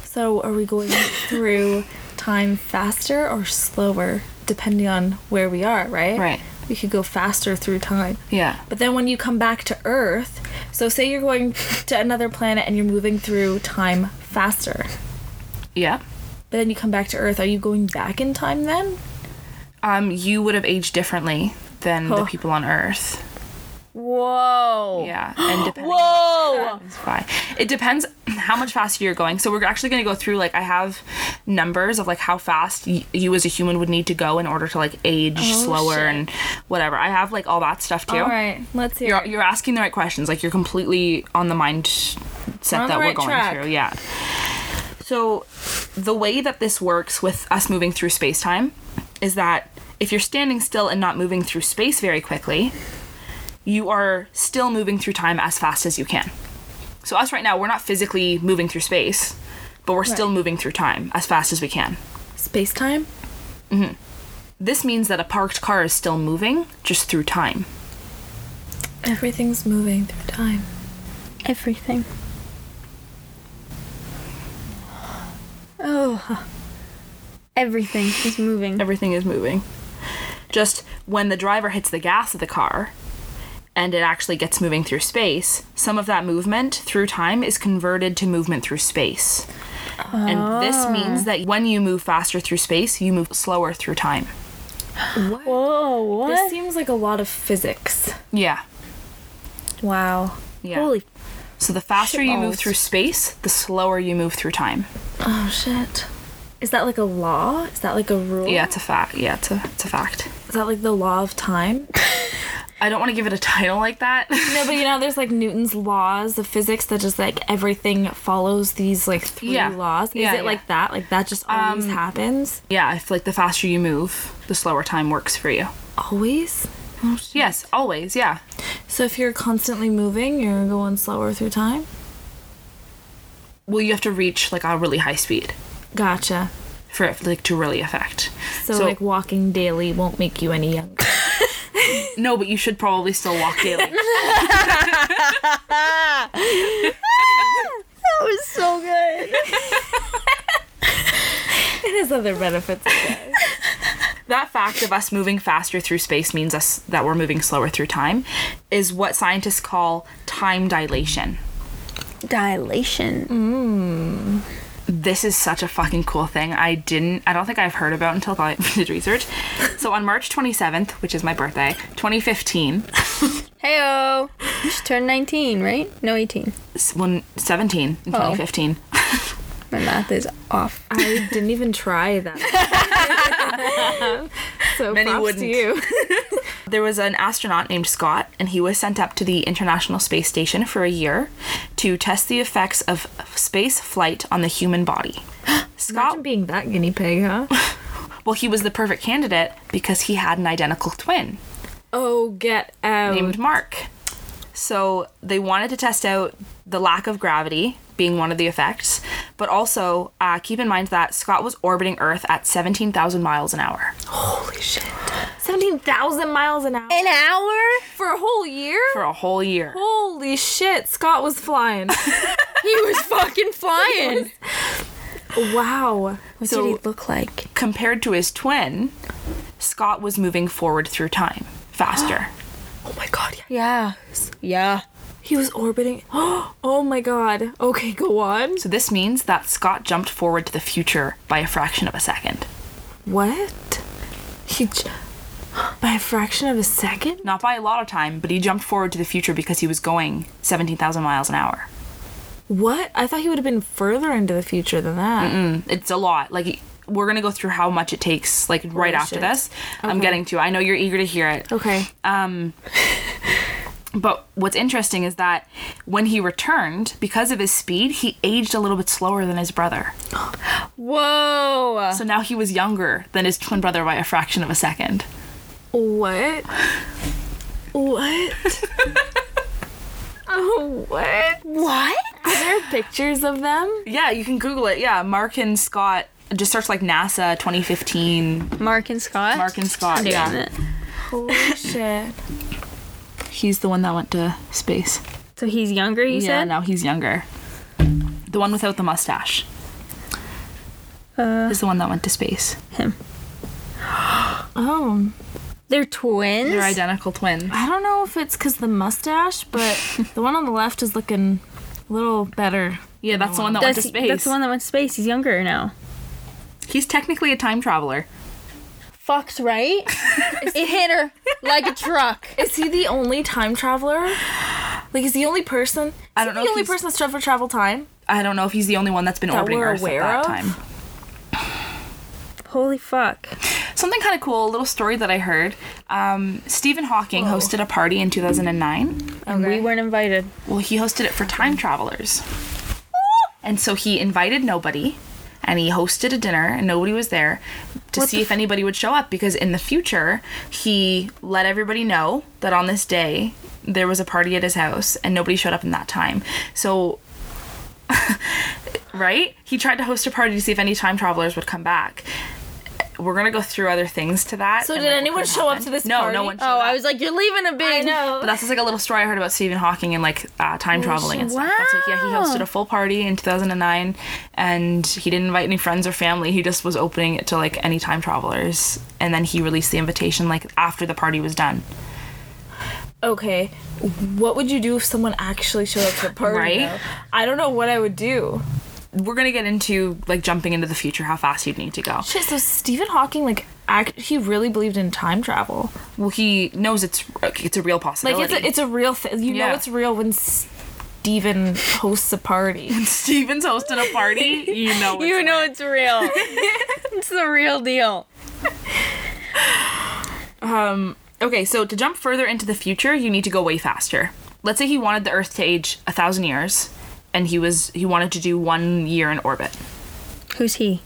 Speaker 3: So, are we going through time faster or slower depending on where we are? Right.
Speaker 1: Right.
Speaker 3: We could go faster through time.
Speaker 1: Yeah.
Speaker 3: But then when you come back to Earth, so say you're going to another planet and you're moving through time faster.
Speaker 1: Yeah.
Speaker 3: But then you come back to Earth, are you going back in time then?
Speaker 1: Um, you would have aged differently than the
Speaker 3: Huh.
Speaker 1: people on Earth.
Speaker 2: Whoa.
Speaker 1: Yeah, and depending
Speaker 2: Whoa.
Speaker 1: Why? It depends how much faster you're going. So we're actually going to go through like I have numbers of like how fast y- you as a human would need to go in order to like age slower
Speaker 3: Oh, shit.
Speaker 1: and whatever. I have like all that stuff too.
Speaker 3: All right, let's hear.
Speaker 1: You're
Speaker 3: it.
Speaker 1: you're asking the right questions. Like you're completely on the mind set
Speaker 3: on
Speaker 1: that
Speaker 3: the
Speaker 1: we're
Speaker 3: right
Speaker 1: going
Speaker 3: track.
Speaker 1: through. Yeah. So the way that this works with us moving through space-time is that if you're standing still and not moving through space very quickly, you are still moving through time as fast as you can. So us right now, we're not physically moving through space, but we're still moving through time as fast as we can.
Speaker 3: Space time?
Speaker 1: This means that a parked car is still moving just through time.
Speaker 3: Everything's moving through time.
Speaker 2: Everything. Oh. Everything is moving.
Speaker 1: everything is moving. Just when the driver hits the gas of the car and it actually gets moving through space, some of that movement through time is converted to movement through space. And this means that when you move faster through space, you move slower through time.
Speaker 2: Whoa.
Speaker 3: This seems like a lot of physics.
Speaker 1: Yeah.
Speaker 3: Wow.
Speaker 1: Yeah.
Speaker 2: Holy.
Speaker 1: so the faster you move
Speaker 2: shitballs.
Speaker 1: through space, the slower you move through time.
Speaker 3: Oh shit. Is that like a law? Is that like a rule?
Speaker 1: Yeah, it's a fact. Yeah, it's a, it's a fact.
Speaker 3: Is that like the law
Speaker 1: [LAUGHS]
Speaker 3: of time?
Speaker 1: I don't want to give it a [LAUGHS] title like that.
Speaker 3: no, but you know, there's like Newton's laws of physics that just like everything follows these like three
Speaker 1: Yeah.
Speaker 3: laws. Is
Speaker 1: Yeah, Um,
Speaker 3: it
Speaker 1: yeah.
Speaker 3: like that? Like that just always happens?
Speaker 1: [LAUGHS] yeah, if like the faster you move, the slower time works for you.
Speaker 3: Always? Oh,
Speaker 1: Yes, always. Yeah.
Speaker 3: So if you're constantly moving, you're going slower through time?
Speaker 1: well you have to reach like a really high speed
Speaker 3: Gotcha.
Speaker 1: for it like to really affect
Speaker 3: So, like walking daily won't make you any
Speaker 1: [LAUGHS]
Speaker 3: younger. [LAUGHS]
Speaker 1: no but you should probably still walk daily
Speaker 2: That was so good.
Speaker 3: it has other benefits.
Speaker 1: that fact of us moving faster through space means us that we're moving slower through time is what scientists call time dilation
Speaker 2: dilation.
Speaker 1: this is such a fucking cool thing. I didn't, I don't think I've heard about until I [LAUGHS] did research. So on March 27th, which is my birthday, 2015,
Speaker 2: Heyo. You should turn 19, right? No, 18.
Speaker 1: s- when 17 in 2015,
Speaker 2: My math is off.
Speaker 3: I didn't even
Speaker 1: [LAUGHS]
Speaker 3: try that. [LAUGHS] so
Speaker 1: Many
Speaker 3: props
Speaker 1: wouldn't.
Speaker 3: to you. [LAUGHS]
Speaker 1: there was an astronaut named Scott, and he was sent up to the International Space Station for a year to test the effects of space flight on the human body.
Speaker 3: [GASPS]
Speaker 1: Scott
Speaker 3: Imagine being that guinea pig, huh?
Speaker 1: Well, he was the perfect candidate because he had an identical twin
Speaker 3: Oh, get out.
Speaker 1: named Mark. So they wanted to test out the lack of gravity being one of the effects, but also uh, keep in mind that Scott was orbiting Earth at 17,000 miles an hour
Speaker 3: Holy shit. 17,000 miles an hour
Speaker 2: An hour?
Speaker 3: for a whole year?
Speaker 1: for a whole year.
Speaker 3: Holy shit, Scott was [LAUGHS] flying.
Speaker 2: He [LAUGHS] was fucking flying.
Speaker 3: wow.
Speaker 2: What
Speaker 1: So-
Speaker 2: did he look like?
Speaker 1: Compared to his twin, Scott was moving forward through time faster.
Speaker 3: Oh my god,
Speaker 2: Yeah.
Speaker 3: yeah.
Speaker 2: Yeah.
Speaker 3: He was orbiting. [GASPS] Oh my god. Okay, go on.
Speaker 1: So this means that Scott jumped forward to the future by a fraction of a second.
Speaker 3: What? He. J- by a fraction of a second?
Speaker 1: Not by a lot of time, but he jumped forward to the future because he was going 17,000 miles an hour.
Speaker 3: What? I thought he would have been further into the future than that.
Speaker 1: it's a lot. Like we're gonna go through how much it takes, like right after
Speaker 3: shit. Oh.
Speaker 1: this. I'm getting to. it. I know you're eager to hear it.
Speaker 3: Okay.
Speaker 1: But what's interesting is that when he returned, because of his speed, he aged a little bit slower than his brother.
Speaker 2: Whoa.
Speaker 1: So now he was younger than his twin brother by a fraction of a second.
Speaker 3: What? [LAUGHS] What? oh, what?
Speaker 2: What?
Speaker 3: Are there pictures of [LAUGHS] them?
Speaker 1: Yeah, you can Google it. Yeah, Mark and Scott. Just search like NASA 2015.
Speaker 2: Mark and Scott.
Speaker 1: Mark and Scott.
Speaker 2: Doing
Speaker 1: yeah,
Speaker 2: it.
Speaker 3: Holy shit.
Speaker 1: he's the one that went to space.
Speaker 2: So he's younger, you
Speaker 1: yeah,
Speaker 2: said?
Speaker 1: now he's younger. The one without the mustache
Speaker 2: Uh,
Speaker 1: is the one that went to space.
Speaker 2: him.
Speaker 3: Oh,
Speaker 2: They're twins.
Speaker 1: They're identical twins.
Speaker 3: I don't know if it's because the mustache, [LAUGHS] but the one on the left is looking a little better.
Speaker 1: Yeah, that's the one that
Speaker 2: That's,
Speaker 1: went to space.
Speaker 2: that's the one that went to space. He's younger now.
Speaker 1: He's technically a time traveler.
Speaker 2: Fucked, [LAUGHS] right? it hit her like a truck.
Speaker 3: Is he the only time traveler? Like, is he the only person? Is
Speaker 1: I don't
Speaker 3: he
Speaker 1: know
Speaker 3: The
Speaker 1: if
Speaker 3: only
Speaker 1: he's-
Speaker 3: person that's traveled travel time.
Speaker 1: I don't know if he's the only one that's been
Speaker 3: That
Speaker 1: orbiting
Speaker 3: we're
Speaker 1: Earth
Speaker 3: aware
Speaker 1: at that
Speaker 3: of?
Speaker 1: time.
Speaker 2: Holy fuck.
Speaker 1: Something kind of cool, a little story that I heard. Um, Stephen Hawking hosted a party in 2009.
Speaker 2: And we weren't invited.
Speaker 1: Well, he hosted it for time travelers. And so he invited nobody and he hosted a dinner and nobody was there to see if anybody would show up because in the future he let everybody know that on this day there was a party at his house and nobody showed up in that time. So [LAUGHS] right? He tried to host a party to see if any time travelers would come back. We're gonna go through other things to that.
Speaker 3: So
Speaker 1: and,
Speaker 3: did
Speaker 1: what
Speaker 3: anyone
Speaker 1: could've
Speaker 3: show up
Speaker 1: happened.
Speaker 3: to this
Speaker 1: No,
Speaker 3: party?
Speaker 1: no one. Showed
Speaker 2: Oh,
Speaker 1: up.
Speaker 2: I was like, you're leaving a big.
Speaker 1: But that's just like a little story I heard about Stephen Hawking and like uh, time traveling and stuff. That's like, yeah, he hosted a full party in 2009 and he didn't invite any friends or family. He just was opening it to like any time travelers. And then he released the invitation like after the party was done.
Speaker 3: Okay, what would you do if someone actually showed up to the party?
Speaker 1: Right?
Speaker 3: though? I don't know what I would do.
Speaker 1: We're gonna get into like jumping into the future, how fast you'd need to go.
Speaker 3: Shit. So Stephen Hawking, like, act, he really believed in time travel.
Speaker 1: Well, he knows it's it's a real
Speaker 3: Like,
Speaker 1: possibility.
Speaker 3: it's a, it's a real thing. You
Speaker 1: Yeah.
Speaker 3: know, it's real when Stephen hosts a party. [LAUGHS]
Speaker 1: Steven's hosting a [LAUGHS] party. You know, it's
Speaker 2: You know it's real. it's the real deal.
Speaker 1: Um, okay, so to jump further into the future, you need to go way faster. Let's say he wanted the Earth to age a thousand years, and he was he wanted to do one year in orbit,
Speaker 2: Who's he?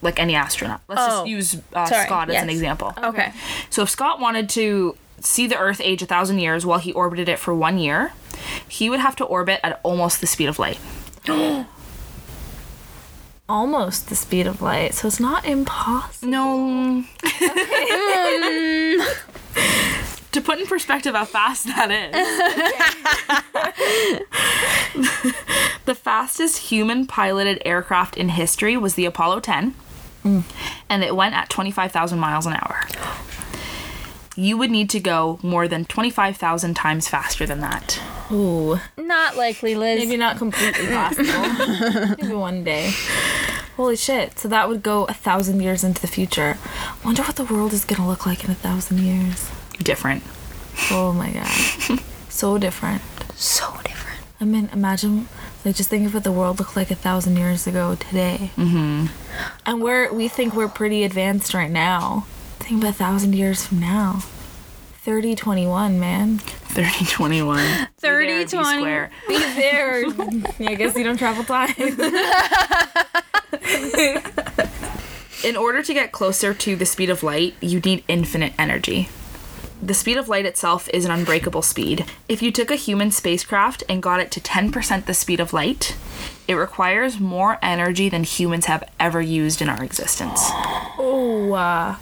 Speaker 1: like any astronaut. Let's
Speaker 2: Oh,
Speaker 1: just use uh,
Speaker 2: sorry,
Speaker 1: Scott as an
Speaker 2: yes. Oh.
Speaker 1: example.
Speaker 2: Okay.
Speaker 1: So if Scott wanted to see the Earth age a thousand years while he orbited it for one year, he would have to orbit at almost the speed of light.
Speaker 3: Almost the speed of light, so it's not impossible.
Speaker 1: No. [LAUGHS] to put in perspective how fast that is. [LAUGHS] the fastest human piloted aircraft in history was the Apollo 10, Mm. and it went at 25,000 miles an hour. You would need to go more than 25,000 times faster than that.
Speaker 3: Oh,
Speaker 2: Not likely, Liz.
Speaker 3: maybe not completely possible. maybe one day. Holy shit! So that would go a thousand years into the future. Wonder what the world is gonna look like in a thousand years.
Speaker 1: Different. [LAUGHS]
Speaker 3: Oh my god, so different.
Speaker 2: So different.
Speaker 3: I mean, imagine like just think of what the world looked like a thousand years ago today. Mm-hmm. And we're we think we're pretty advanced right now. Think about a thousand years from now. 3021, man.
Speaker 1: 3021.
Speaker 2: 30, 20.
Speaker 1: [LAUGHS]
Speaker 3: Be there.
Speaker 2: [LAUGHS]
Speaker 3: yeah, I guess you don't travel time.
Speaker 1: In order to get closer to the speed of light, you need infinite energy. The speed of light itself is an unbreakable speed. If you took a human spacecraft and got it to 10% the speed of light, it requires more energy than humans have ever used in our existence
Speaker 3: Oh, uh,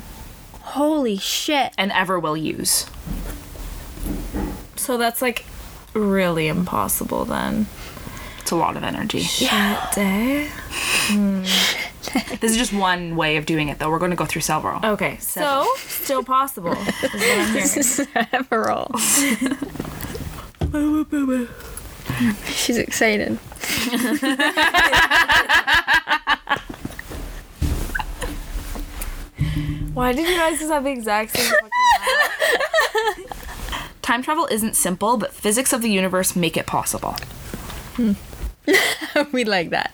Speaker 2: Holy shit.
Speaker 1: and ever will use.
Speaker 3: so that's like really impossible then.
Speaker 1: It's a lot of energy.
Speaker 3: Yeah. Day?
Speaker 1: This is just one way of doing it, though. We're going to go through several.
Speaker 3: Okay, so still [LAUGHS] possible. is what I'm hearing.
Speaker 2: Several. [LAUGHS] She's excited.
Speaker 3: Why did you guys just have the exact same fucking
Speaker 1: Time travel isn't simple, but physics of the universe make it possible.
Speaker 2: [LAUGHS] we like that.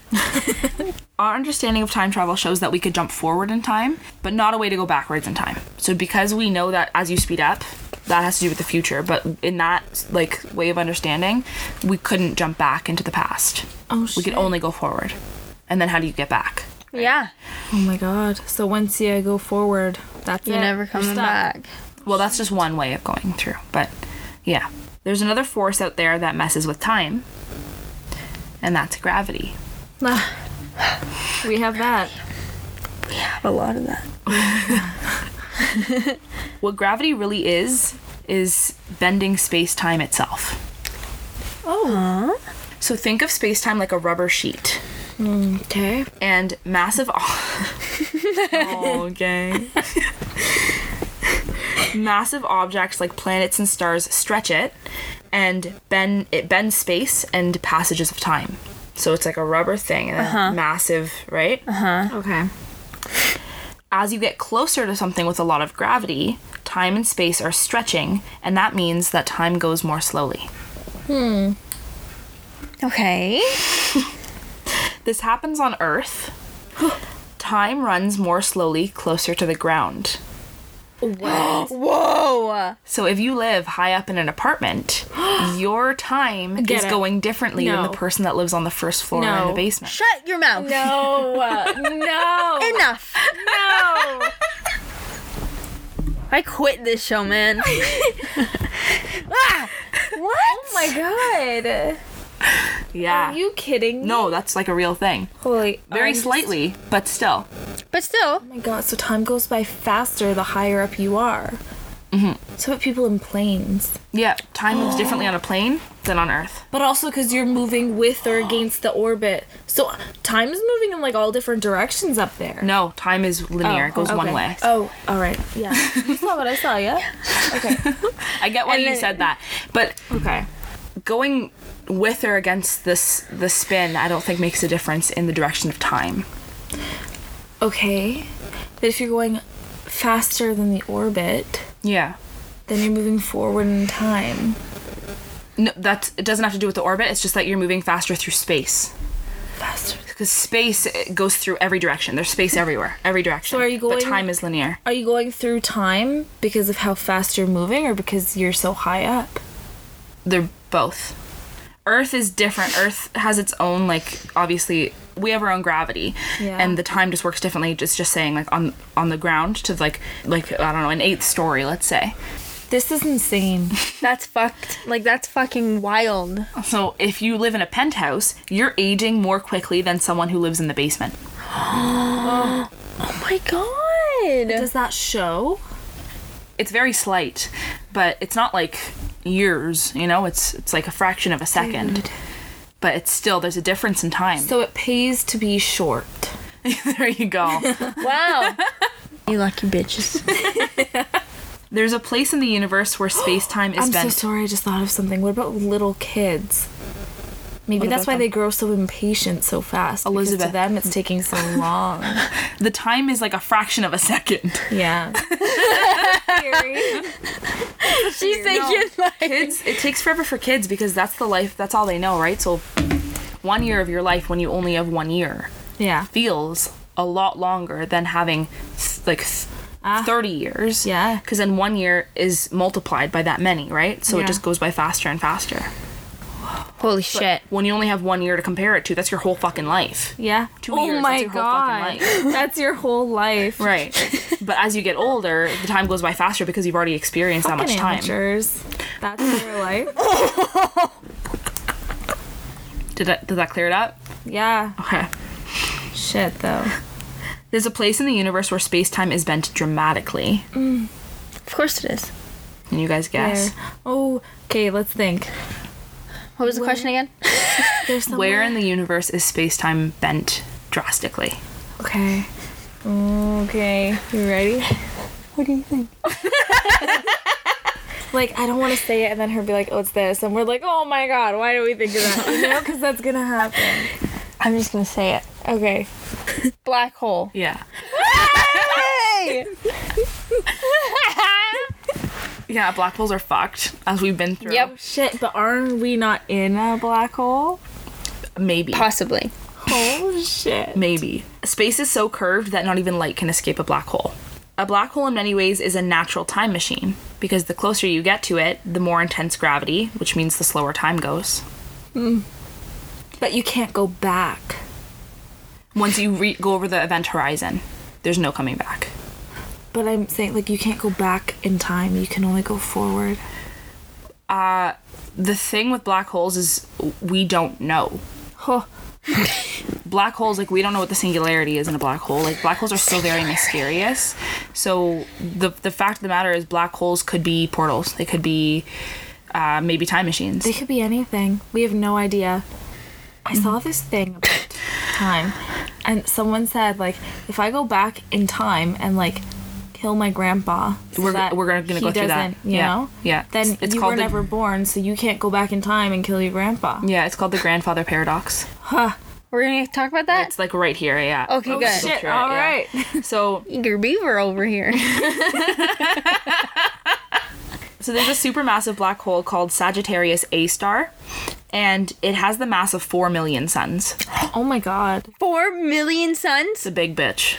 Speaker 1: Our understanding of time travel shows that we could jump forward in time, but not a way to go backwards in time. So because we know that as you speed up, that has to do with the future, but in that like way of understanding, we couldn't jump back into the past.
Speaker 3: Oh
Speaker 1: We
Speaker 3: shit.
Speaker 1: could only go forward. And then how do you get back?
Speaker 2: Yeah.
Speaker 3: Oh my god. So once you go forward, that's
Speaker 2: You're
Speaker 3: it.
Speaker 2: never coming
Speaker 3: stuck.
Speaker 2: back.
Speaker 1: Well, that's just one way of going through, but yeah. There's another force out there that messes with time, and that's gravity.
Speaker 3: we have that.
Speaker 2: Have a lot of that.
Speaker 1: What gravity really is, is bending space time itself.
Speaker 2: Oh.
Speaker 1: So think of space time like a rubber sheet.
Speaker 3: Okay.
Speaker 1: and massive [LAUGHS] okay massive objects like planets and stars stretch it and bend it bends space and passages of time so it's like a rubber thing and a massive right
Speaker 3: Okay.
Speaker 1: as you get closer to something with a lot of gravity time and space are stretching and that means that time goes more slowly
Speaker 2: Okay.
Speaker 1: This happens on Earth. [GASPS] Time runs more slowly closer to the ground.
Speaker 2: Whoa.
Speaker 1: So if you live high up in an apartment, [GASPS] your time
Speaker 3: Get
Speaker 1: is
Speaker 3: it.
Speaker 1: going differently than
Speaker 3: No.
Speaker 1: the person that lives on the first floor or in
Speaker 3: No.
Speaker 1: the basement.
Speaker 2: Shut your mouth.
Speaker 3: No. uh, [LAUGHS] no.
Speaker 2: [LAUGHS]
Speaker 3: Oh
Speaker 2: Enough.
Speaker 3: No.
Speaker 2: I quit this show, man. ah, what?
Speaker 3: Oh my god.
Speaker 1: yeah.
Speaker 3: Are you kidding me?
Speaker 1: no, that's like a real thing.
Speaker 3: Holy.
Speaker 1: Very
Speaker 3: I'm-
Speaker 1: slightly, but still.
Speaker 2: [LAUGHS] But still,
Speaker 3: Oh my god. So time goes by faster the higher up you are. Mm-hmm. So what people in planes.
Speaker 1: Yeah, time moves differently on a plane than on Earth.
Speaker 3: But also because you're moving with or against the orbit. So time is moving in like all different directions up there.
Speaker 1: No, time is linear. it goes one
Speaker 3: okay.
Speaker 1: way.
Speaker 3: [GASPS] Oh, all right. Yeah. [LAUGHS] you saw what I saw, yeah? Okay.
Speaker 1: I get why
Speaker 2: and
Speaker 1: you
Speaker 2: then-
Speaker 1: said that, but
Speaker 3: Okay.
Speaker 1: going with or against this the spin, I don't think makes a difference in the direction of time.
Speaker 3: Okay. But if you're going faster than the orbit,
Speaker 1: Yeah.
Speaker 3: then you're moving forward in time.
Speaker 1: No, that's it doesn't have to do with the orbit. It's just that you're moving faster through space
Speaker 3: Faster.
Speaker 1: because space eh, goes through every direction. There's space everywhere, every direction.
Speaker 3: So are you
Speaker 1: But
Speaker 3: going-
Speaker 1: time is linear.
Speaker 3: Are you going through time because of how fast you're moving or because you're so high up?
Speaker 1: They're both. Earth is different. Earth has its own like obviously we have our own gravity,
Speaker 3: Yeah.
Speaker 1: and the time just works differently. Just just saying like on on the ground to like like I don't know an eighth story, let's say.
Speaker 3: This is [LAUGHS] insane.
Speaker 2: that's fucked. Like that's fucking wild.
Speaker 1: So if you live in a penthouse, you're aging more quickly than someone who lives in the basement.
Speaker 2: Oh my god.
Speaker 3: Does that show?
Speaker 1: it's very slight, but it's not like years, you know, it's it's like a fraction of a second. But it's still there's a difference in time. [LAUGHS]
Speaker 3: So it pays to be short.
Speaker 1: [LAUGHS] there you go.
Speaker 2: [LAUGHS] Wow. you lucky bitches.
Speaker 1: There's a place in the universe where space time is
Speaker 3: I'm
Speaker 1: bent.
Speaker 3: so sorry. I just thought of something. What about little kids? Maybe
Speaker 1: What
Speaker 3: that's
Speaker 1: about
Speaker 3: why
Speaker 1: them?
Speaker 3: they grow so impatient so fast. because
Speaker 1: Elizabeth.
Speaker 3: to them, it's taking
Speaker 1: [LAUGHS]
Speaker 3: so long.
Speaker 1: the time is like a fraction of a second. [LAUGHS]
Speaker 3: yeah.
Speaker 2: She's thinking like
Speaker 1: kids it takes forever for kids because that's the life that's all they know right so one year of your life when you only have one year
Speaker 3: Yeah.
Speaker 1: feels a lot longer than having th- like th- 30 years
Speaker 3: Ah. Yeah.
Speaker 1: because then one year is multiplied by that many right so
Speaker 3: Yeah.
Speaker 1: it just goes by faster and faster
Speaker 2: holy shit.
Speaker 1: when you only have one year to compare it to that's your whole fucking life
Speaker 3: Yeah.
Speaker 1: Two
Speaker 3: oh
Speaker 1: years, that's
Speaker 3: my
Speaker 1: your whole
Speaker 3: god.
Speaker 1: fucking
Speaker 3: that's your whole life.
Speaker 1: right [LAUGHS] but as you get older the time goes by faster because you've already experienced that much
Speaker 3: Fucking
Speaker 1: time
Speaker 3: amateurs. That's
Speaker 1: [LAUGHS]
Speaker 3: your life.
Speaker 1: did that did that clear it up
Speaker 3: Yeah.
Speaker 1: okay
Speaker 3: Shit though.
Speaker 1: there's a place in the universe where space-time is bent dramatically
Speaker 2: Of course it is.
Speaker 1: and you guys guess
Speaker 3: Where- Oh, okay, let's think.
Speaker 2: What was the question again?
Speaker 3: There's somewhere.
Speaker 1: Where in the universe is space time bent drastically?
Speaker 3: Okay. Okay. You ready? What do you think? [LAUGHS] like, I don't want to say it and then her be like, oh, it's this. And we're like, oh my god, why do we think of that? You know, because that's going to
Speaker 1: [LAUGHS]
Speaker 3: happen.
Speaker 2: I'm just gonna say it.
Speaker 3: Okay.
Speaker 2: [LAUGHS] Black [LAUGHS] hole.
Speaker 1: Yeah. Yeah, black holes are fucked, as we've been through.
Speaker 2: yep.
Speaker 3: Shit, but aren't we not in a black hole?
Speaker 1: Maybe.
Speaker 2: Possibly.
Speaker 3: Oh, shit.
Speaker 1: Maybe. Space is so curved that not even light can escape a black hole. A black hole, in many ways, is a natural time machine because the closer you get to it, the more intense gravity, which means the slower time goes.
Speaker 3: But you can't go back.
Speaker 1: Once you re- go over the event horizon, there's no coming back.
Speaker 3: But I'm saying, like, you can't go back in time. You can only go forward.
Speaker 1: The thing with black holes is we don't know.
Speaker 3: Huh.
Speaker 1: [LAUGHS] black holes like we don't know what the singularity is in a black hole like black holes are still very mysterious so the the fact of the matter is black holes could be portals they could be uh, maybe time machines
Speaker 3: They could be anything. We have no idea. I saw
Speaker 1: Mm-hmm.
Speaker 3: this thing about time, and someone said like, if I go back in time and like kill my grandpa, so
Speaker 1: we're,
Speaker 3: that
Speaker 1: we're gonna, gonna
Speaker 3: he
Speaker 1: go through that
Speaker 3: doesn't, You
Speaker 1: yeah
Speaker 3: know?
Speaker 1: yeah
Speaker 3: Then
Speaker 1: it's
Speaker 3: you
Speaker 1: called
Speaker 3: were
Speaker 1: the,
Speaker 3: never born, so you can't go back in time and kill your grandpa.
Speaker 1: yeah it's called the grandfather paradox
Speaker 2: We're gonna talk about that.
Speaker 1: it's like right here yeah Oh,
Speaker 2: Okay,
Speaker 1: Go
Speaker 2: good.
Speaker 1: through
Speaker 3: Shit!
Speaker 1: it,
Speaker 3: All
Speaker 1: yeah.
Speaker 3: right.
Speaker 1: so
Speaker 2: Eager beaver over here.
Speaker 1: So there's a supermassive black hole called Sagittarius A star, and it has the mass of four million suns.
Speaker 3: Oh my god,
Speaker 2: [LAUGHS] Four million
Speaker 1: It's
Speaker 2: suns.
Speaker 1: a big bitch.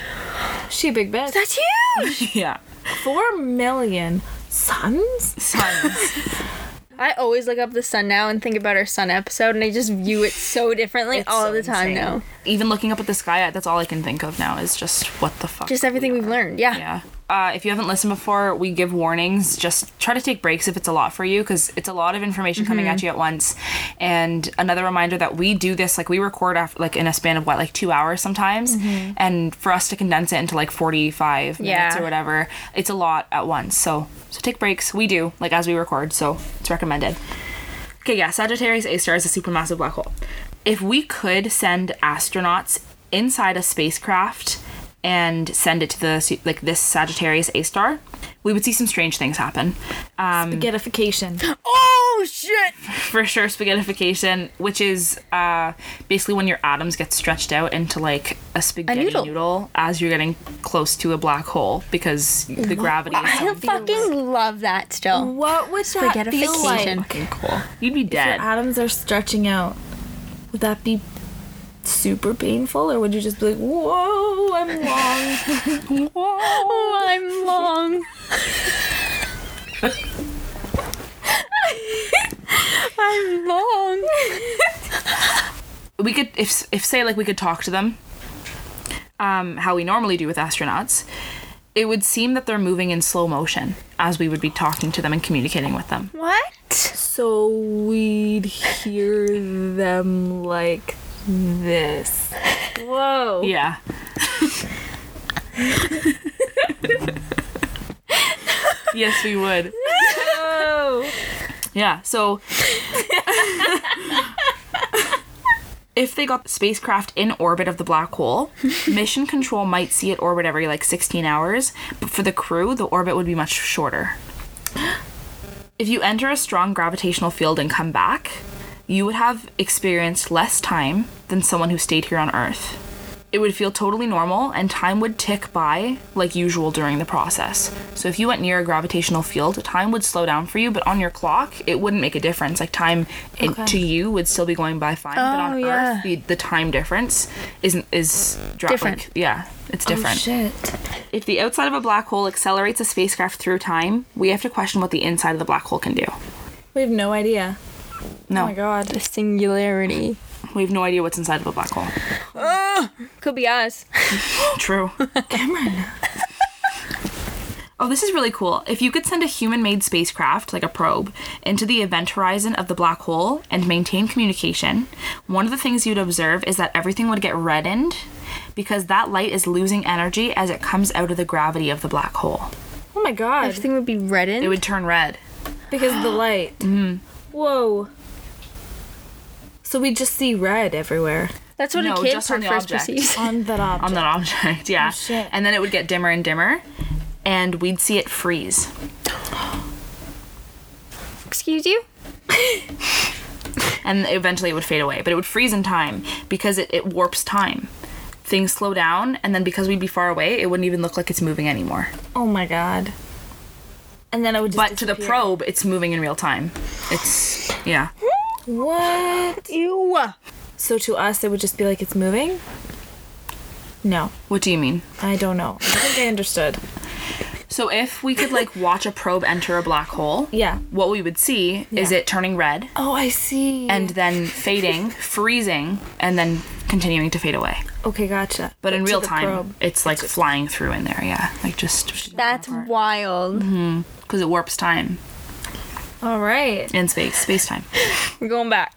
Speaker 3: she a big bitch.
Speaker 2: That's huge.
Speaker 1: Yeah,
Speaker 3: Four million sons.
Speaker 1: suns.
Speaker 2: I always look up the sun now and think about our sun episode, and I just view it so differently all
Speaker 1: so
Speaker 2: the time
Speaker 1: insane.
Speaker 2: now.
Speaker 1: [LAUGHS] Even looking up at the sky, that's all I can think of now is just what the fuck.
Speaker 2: Just everything we've learned. Yeah.
Speaker 1: yeah. Uh, if you haven't listened before, we give warnings. Just try to take breaks if it's a lot for you, because it's a lot of information coming at you at once. And another reminder that we do this like we record after like in a span of what like two hours sometimes, and for us to condense it into like forty five minutes
Speaker 2: Yeah.
Speaker 1: or whatever, it's a lot at once. So so take breaks. We do like as we record, so it's recommended. Okay, yeah, Sagittarius A star is a supermassive black hole. If we could send astronauts inside a spacecraft and send it to the su- like this Sagittarius A star, we would see some strange things happen. Um, [LAUGHS]
Speaker 3: Spaghettification.
Speaker 2: Oh shit.
Speaker 1: for sure, spaghettification, which is uh, basically when your atoms get stretched out into like a spaghetti
Speaker 2: noodle.
Speaker 1: noodle. as you're getting close to a black hole because the gravity is
Speaker 2: I
Speaker 1: so
Speaker 2: fucking love that
Speaker 1: Mm.
Speaker 2: still.
Speaker 3: What would that feel
Speaker 2: Spaghettification.
Speaker 3: like?
Speaker 1: fucking cool. You'd be dead.
Speaker 3: atoms are stretching out, would that be super painful, or would you just be like, "Whoa, I'm long"?
Speaker 1: [LAUGHS]
Speaker 2: Oh, I'm long. [LAUGHS] I'm long.
Speaker 1: we could if if say like we could talk to them um how we normally do with astronauts it would seem that they're moving in slow motion as we would be talking to them and communicating with them
Speaker 2: What?
Speaker 3: so we'd hear them like
Speaker 1: [LAUGHS]
Speaker 3: this. Whoa!
Speaker 1: yeah [LAUGHS] yes we would
Speaker 3: Whoa!
Speaker 1: yeah so if they got the spacecraft in orbit of the black hole, mission control might see it orbit every like 16 hours, but for the crew, the orbit would be much shorter. If you enter a strong gravitational field and come back, you would have experienced less time than someone who stayed here on Earth. It would feel totally normal, and time would tick by like usual during the process. So, if you went near a gravitational field, time would slow down for you, but on your clock, it wouldn't make a difference. Like, time in-
Speaker 3: Okay.
Speaker 1: to you would still be going by fine, but
Speaker 2: Oh,
Speaker 1: on
Speaker 2: yeah.
Speaker 1: Earth, the, the time difference isn't is dra-
Speaker 2: Different. Oh,
Speaker 1: like, yeah, it's different.
Speaker 3: Oh, shit.
Speaker 1: If the outside of a black hole accelerates a spacecraft through time, we have to question what the inside of the black hole can do.
Speaker 3: We have no idea.
Speaker 1: No,
Speaker 3: Oh my god.
Speaker 2: The singularity.
Speaker 1: we have no idea what's inside of a black hole.
Speaker 2: Could be us.
Speaker 1: [LAUGHS] [LAUGHS] True.
Speaker 3: Cameron.
Speaker 1: Oh, this is really cool. If you could send a human made spacecraft, like a probe, into the event horizon of the black hole and maintain communication, one of the things you'd observe is that everything would get reddened because that light is losing energy as it comes out of the gravity of the black hole.
Speaker 3: Oh my god.
Speaker 2: Everything would be reddened.
Speaker 1: It would turn red.
Speaker 3: Because of
Speaker 1: [GASPS]
Speaker 3: the light.
Speaker 1: Mm-hmm.
Speaker 3: Whoa. So we just see red everywhere
Speaker 2: That's what
Speaker 1: No,
Speaker 2: a kid
Speaker 1: just on the
Speaker 2: first
Speaker 1: object. [LAUGHS]
Speaker 2: perceives.
Speaker 3: on that object.
Speaker 1: on that object. [LAUGHS] Yeah. Oh,
Speaker 3: shit.
Speaker 1: And then it would get dimmer and dimmer, and we'd see it freeze.
Speaker 2: Excuse you?
Speaker 1: And eventually it would fade away, but it would freeze in time because it, it warps time. Things slow down, and then because we'd be far away, it wouldn't even look like it's moving anymore.
Speaker 3: oh my god. And then I would just.
Speaker 1: But to the
Speaker 3: disappear.
Speaker 1: probe, it's moving in real time. It's, yeah.
Speaker 3: What?
Speaker 2: Ew.
Speaker 3: So to us, it would just be like it's moving? No.
Speaker 1: What do you mean?
Speaker 3: I don't know. I think I understood.
Speaker 1: So if we could, like, watch a probe enter a black hole,
Speaker 3: Yeah.
Speaker 1: what we would see is
Speaker 3: Yeah.
Speaker 1: it turning red
Speaker 3: Oh, I see.
Speaker 1: and then
Speaker 3: [LAUGHS]
Speaker 1: fading, freezing, and then continuing to fade away.
Speaker 3: okay, gotcha.
Speaker 1: But in
Speaker 3: To
Speaker 1: real
Speaker 3: the
Speaker 1: time,
Speaker 3: probe.
Speaker 1: it's like flying through in there, yeah. Like just
Speaker 2: That's wild.
Speaker 1: because it warps time
Speaker 3: All right.
Speaker 1: in space, space time.
Speaker 2: We're going back.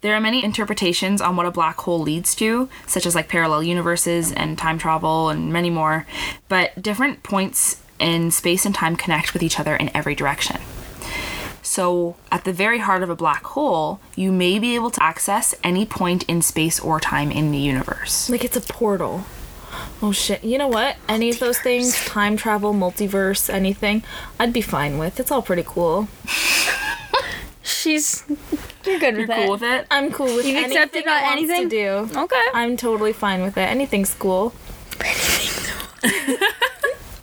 Speaker 1: There are many interpretations on what a black hole leads to, such as like parallel universes and time travel and many more, but different points in space and time connect with each other in every direction. So, at the very heart of a black hole, you may be able to access any point in space or time in the universe.
Speaker 3: Like it's a portal. Oh shit. You know what? Any of those things, time travel, multiverse, anything, I'd be fine with. It's all pretty cool.
Speaker 2: She's. You're good
Speaker 1: You're
Speaker 2: with
Speaker 1: cool
Speaker 2: it.
Speaker 1: with it?
Speaker 3: I'm cool with
Speaker 2: You've
Speaker 3: anything
Speaker 2: accepted
Speaker 3: it
Speaker 2: not
Speaker 3: wants
Speaker 2: anything?
Speaker 3: to do.
Speaker 2: Okay.
Speaker 3: I'm totally fine with it. Anything's cool.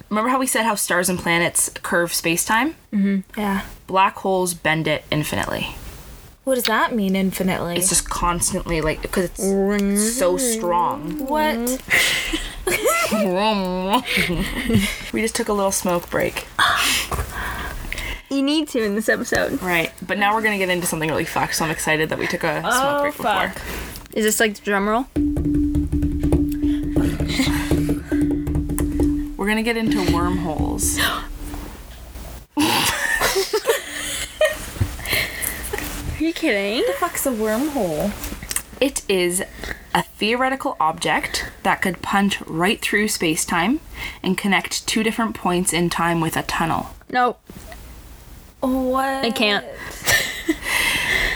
Speaker 1: Remember how we said how stars and planets curve space time?
Speaker 3: Yeah.
Speaker 1: Black holes bend it infinitely.
Speaker 3: What does that mean infinitely?
Speaker 1: It's just constantly like, because it's so strong.
Speaker 3: what?
Speaker 1: [LAUGHS] we just took a little smoke break.
Speaker 2: you need to in this episode.
Speaker 1: Right. But now we're going to get into something really fucked, so I'm excited that we took a smoke
Speaker 3: Oh,
Speaker 1: break
Speaker 3: fuck.
Speaker 1: before.
Speaker 2: Is this like the drum roll?
Speaker 1: We're going to get into wormholes.
Speaker 2: Are you kidding?
Speaker 3: Fuck's a wormhole.
Speaker 1: It is a theoretical object that could punch right through space time and connect two different points in time with a tunnel.
Speaker 2: Nope.
Speaker 3: What?
Speaker 2: I can't.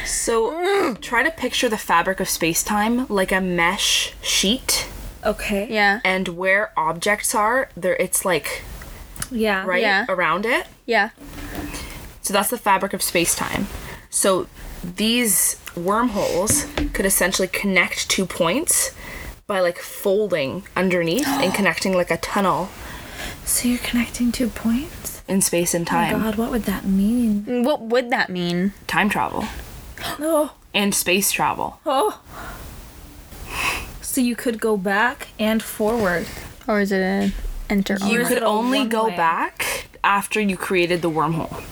Speaker 1: So try to picture the fabric of space time like a mesh sheet,
Speaker 3: Okay.
Speaker 2: Yeah.
Speaker 1: and where objects are, there it's like
Speaker 3: Yeah.
Speaker 1: right
Speaker 2: Yeah.
Speaker 1: around it.
Speaker 2: Yeah.
Speaker 1: So that's the fabric of space time. So these wormholes could essentially connect two points by like folding underneath
Speaker 3: [GASPS]
Speaker 1: and connecting like a tunnel
Speaker 3: So you're connecting two points?
Speaker 1: in space and
Speaker 3: Oh my
Speaker 1: time.
Speaker 3: god, what would that mean?
Speaker 2: What would that mean?
Speaker 1: Time travel
Speaker 3: Oh.
Speaker 1: and space travel.
Speaker 3: Oh. So you could go back and forward.
Speaker 2: Or is it an enter?
Speaker 1: You
Speaker 2: only?
Speaker 1: could
Speaker 3: Oh, it all
Speaker 1: only
Speaker 3: one
Speaker 1: go
Speaker 3: way?
Speaker 1: back after you created the wormhole.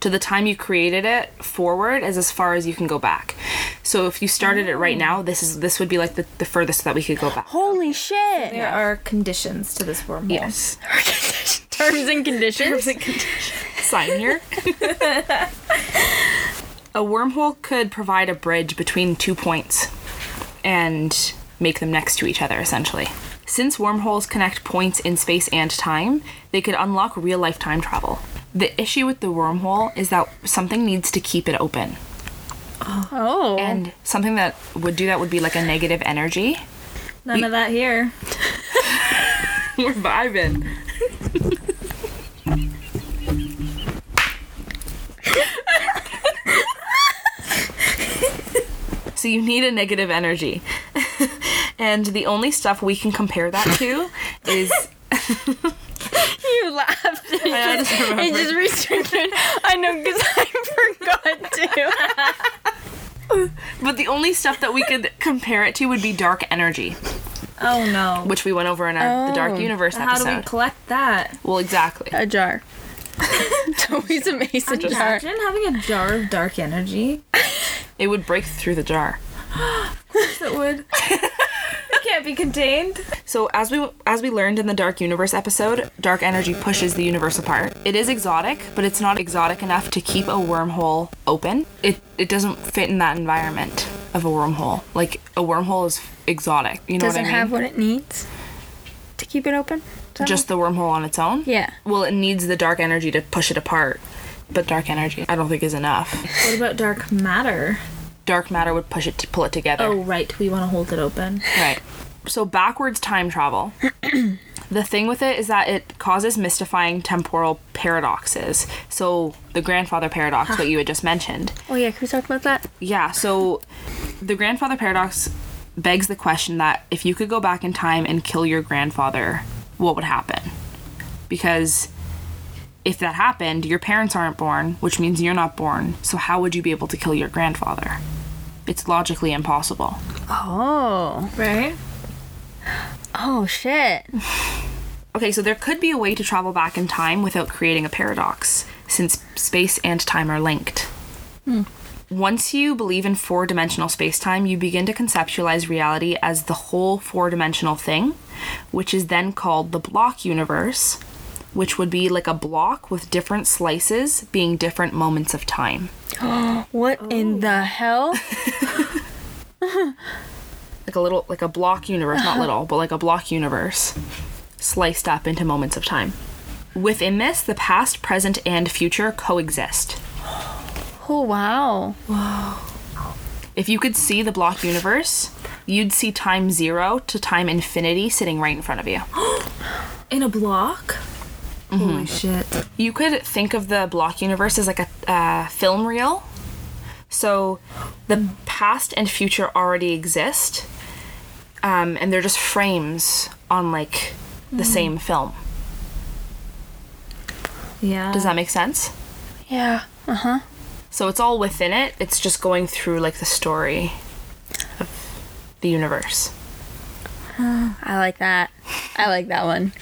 Speaker 1: To the time you created it forward is as far as you can go back. So if you started it
Speaker 3: Oh.
Speaker 1: right now, this is this would be like the, the furthest that we could go back.
Speaker 2: Holy shit!
Speaker 3: There are conditions to this wormhole.
Speaker 1: Yes.
Speaker 2: Terms and conditions.
Speaker 1: Sign here. a wormhole could provide a bridge between two points and make them next to each other, essentially. Since wormholes connect points in space and time, they could unlock real life time travel. The issue with the wormhole is that something needs to keep it open.
Speaker 2: Oh.
Speaker 1: And something that would do that would be like a negative energy.
Speaker 3: None of that here.
Speaker 1: We're vibing. so you need a negative energy. and the only stuff we can compare that to is
Speaker 2: you [LAUGHS] laughed. It
Speaker 1: I
Speaker 2: just,
Speaker 1: just
Speaker 2: it just restricted. I know because I forgot to.
Speaker 1: but the only stuff that we could compare it to would be dark energy,
Speaker 3: Oh no.
Speaker 1: which we went over in our the
Speaker 2: Oh.
Speaker 1: dark universe
Speaker 3: How do we
Speaker 1: episode.
Speaker 3: collect that?
Speaker 1: well, exactly.
Speaker 2: A jar. [LAUGHS] Toby's a mason jar.
Speaker 3: Imagine having a jar of dark energy.
Speaker 1: It would break through the jar.
Speaker 3: That would. it can't be contained.
Speaker 1: So as we as we learned in the Dark Universe episode, dark energy pushes the universe apart. It is exotic, but it's not exotic enough to keep a wormhole open. It it doesn't fit in that environment of a wormhole. Like a wormhole is exotic. You know
Speaker 2: Doesn't
Speaker 1: what I mean?
Speaker 2: have what it needs to keep it open. Does that
Speaker 1: Just the wormhole on its own.
Speaker 2: Yeah.
Speaker 1: Well, it needs the dark energy to push it apart. But dark energy, I don't think is enough.
Speaker 3: What about dark matter?
Speaker 1: Dark matter would push it to pull it together.
Speaker 3: Oh right, we want to hold it open.
Speaker 1: Right. So backwards time travel. [CLEARS THROAT] the thing with it is that it causes mystifying temporal paradoxes. So the grandfather paradox, what you had just mentioned.
Speaker 2: make- Oh yeah, can we talk about that?
Speaker 1: Yeah, so the grandfather paradox begs the question that if you could go back in time and kill your grandfather, what would happen? Because if that happened, your parents aren't born, which means you're not born. So how would you be able to kill your grandfather? It's logically impossible.
Speaker 2: Oh.
Speaker 3: Right?
Speaker 2: Oh shit.
Speaker 1: Okay, so there could be a way to travel back in time without creating a paradox, since space and time are linked. Once you believe in four dimensional space time, you begin to conceptualize reality as the whole four dimensional thing, which is then called the block universe, which would be like a block with different slices being different moments of time.
Speaker 2: What in the hell? [LAUGHS]
Speaker 1: Like a little, like a block universe, not little, but like a block universe sliced up into moments of time. Within this, the past, present, and future coexist.
Speaker 2: Oh wow.
Speaker 1: If you could see the block universe, you'd see time zero to time infinity sitting right in front of you.
Speaker 3: In a block?
Speaker 1: Mm-hmm.
Speaker 3: Holy shit.
Speaker 1: You could think of the block universe as like a uh, film reel. So the past and future already exist, um, and they're just frames on like the same film.
Speaker 3: Yeah.
Speaker 1: Does that make sense?
Speaker 2: Yeah.
Speaker 1: So it's all within it, it's just going through like the story of the universe.
Speaker 2: I like that. I like that one.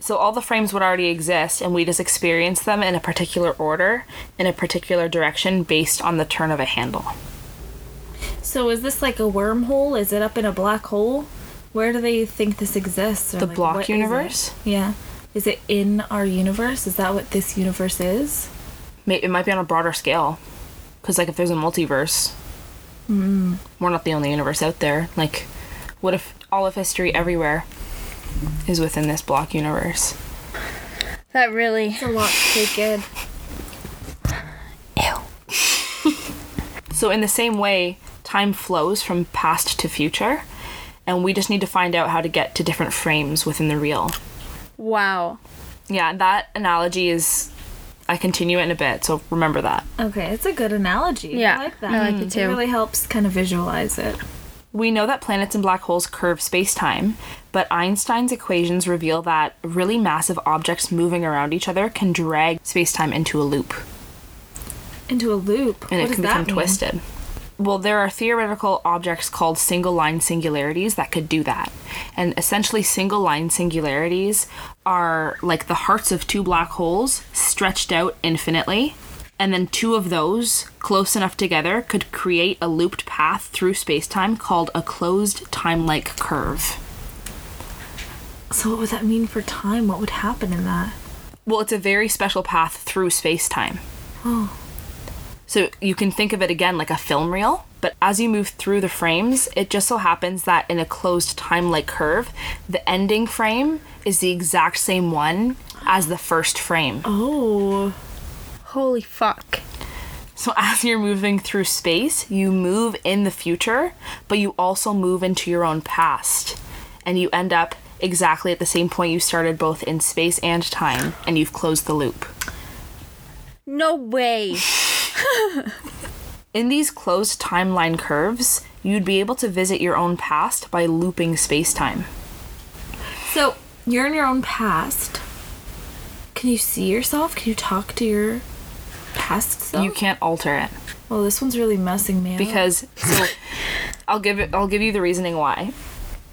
Speaker 1: So all the frames would already exist, and we just experience them in a particular order, in a particular direction, based on the turn of a handle.
Speaker 3: So is this like a wormhole? Is it up in a black hole? Where do they think this exists? Or
Speaker 1: The
Speaker 3: like,
Speaker 1: block
Speaker 3: what is it?
Speaker 1: universe?
Speaker 3: yeah. Is it in our universe? Is that what this universe is?
Speaker 1: May- It might be on a broader scale, because like if there's a multiverse,
Speaker 3: Mm-hmm.
Speaker 1: we're not the only universe out there. Like, what if all of history everywhere is within this block universe?
Speaker 2: That really.
Speaker 3: It's a lot to take in.
Speaker 2: Ew.
Speaker 1: So, in the same way, time flows from past to future, and we just need to find out how to get to different frames within the reel.
Speaker 2: Wow.
Speaker 1: Yeah, that analogy is. I continue it in a bit, so remember that.
Speaker 3: Okay, it's a good analogy.
Speaker 2: Yeah,
Speaker 3: I like that.
Speaker 2: I like it
Speaker 3: It
Speaker 2: too.
Speaker 3: really helps kind of visualize it.
Speaker 1: We know that planets and black holes curve space time, but Einstein's equations reveal that really massive objects moving around each other can drag space time into a loop,
Speaker 3: Into a loop.
Speaker 1: and
Speaker 3: what
Speaker 1: it
Speaker 3: does
Speaker 1: can
Speaker 3: that
Speaker 1: become
Speaker 3: mean?
Speaker 1: twisted. Well, there are theoretical objects called single line singularities that could do that. And essentially, single line singularities are like the hearts of two black holes stretched out infinitely. And then two of those close enough together could create a looped path through space time called a closed time like curve.
Speaker 3: So what would that mean for time? What would happen in that?
Speaker 1: Well, it's a very special path through space time.
Speaker 3: Oh.
Speaker 1: So you can think of it again like a film reel, but as you move through the frames, it just so happens that in a closed time like curve, the ending frame is the exact same one as the first frame.
Speaker 3: Oh.
Speaker 2: Holy fuck.
Speaker 1: So [LAUGHS] as you're moving through space, you move in the future, but you also move into your own past. And you end up exactly at the same point you started both in space and time, and you've closed the loop.
Speaker 2: No way.
Speaker 1: In these closed timeline curves, you'd be able to visit your own past by looping spacetime.
Speaker 3: So you're in your own past. Can you see yourself? Can you talk to your past self?
Speaker 1: You can't alter it.
Speaker 3: well, this one's really messing me up.
Speaker 1: because so I'll give it, I'll give you the reasoning why.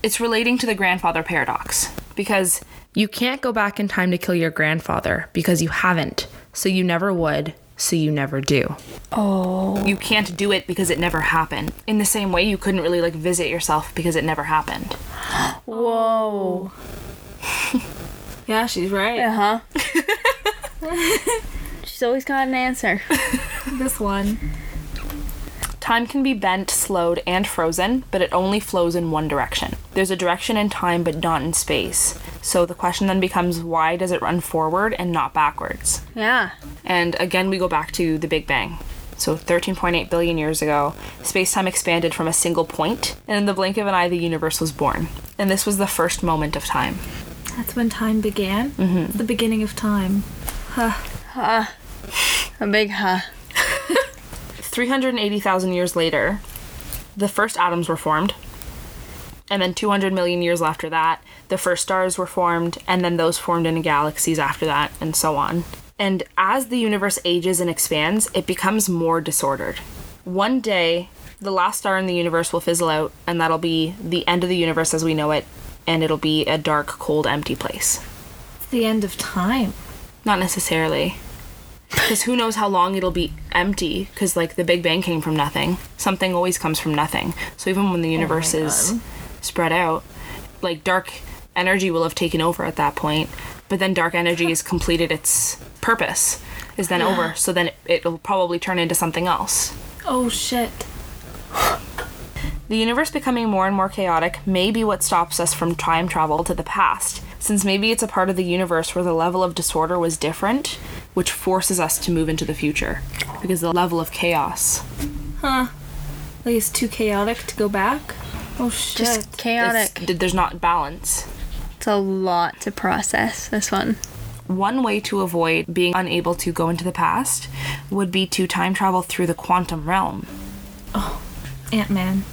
Speaker 1: It's relating to the grandfather paradox because you can't go back in time to kill your grandfather because you haven't, so you never would, so you never do. Oh. You can't do it because it never happened. In the same way you couldn't really like visit yourself because it never happened.
Speaker 2: Oh.
Speaker 3: Yeah, she's right.
Speaker 2: Uh huh. She's always got an [LAUGHS] answer.
Speaker 3: This one.
Speaker 1: Time can be bent, slowed, and frozen, but it only flows in one direction. There's a direction in time, but not in space. So the question then becomes why does it run forward and not backwards?
Speaker 2: Yeah.
Speaker 1: And again, we go back to the Big Bang. So, 13.8 billion years ago, space time expanded from a single point, and in the blink of an eye, the universe was born. And this was the first moment of time.
Speaker 3: That's when time began. Mm-hmm. The beginning of time.
Speaker 2: A big huh.
Speaker 1: 380,000 years later, the first atoms were formed. And then 200 million years after that, the first stars were formed, and then those formed into galaxies after that, and so on. And as the universe ages and expands, it becomes more disordered. One day, the last star in the universe will fizzle out, and that'll be the end of the universe as we know it, and it'll be a dark, cold, empty place.
Speaker 3: It's the end of time.
Speaker 1: Not necessarily. Because who knows how long it'll be empty? Because, like, the Big Bang came from nothing. Something always comes from nothing. So, even when the universe is spread out, like, dark energy will have taken over at that point. But then dark energy has completed its purpose, is then over. So, then it'll probably turn into something else.
Speaker 3: Oh shit.
Speaker 1: The universe becoming more and more chaotic may be what stops us from time travel to the past, since maybe it's a part of the universe where the level of disorder was different, which forces us to move into the future because the level of chaos
Speaker 3: Like it's too chaotic to go back. Oh shit.
Speaker 2: Just
Speaker 1: it's-
Speaker 2: chaotic.
Speaker 1: th- there's not balance.
Speaker 2: It's a lot to process, this one.
Speaker 1: One way to avoid being unable to go into the past would be to time travel through the quantum realm.
Speaker 3: Ant Man.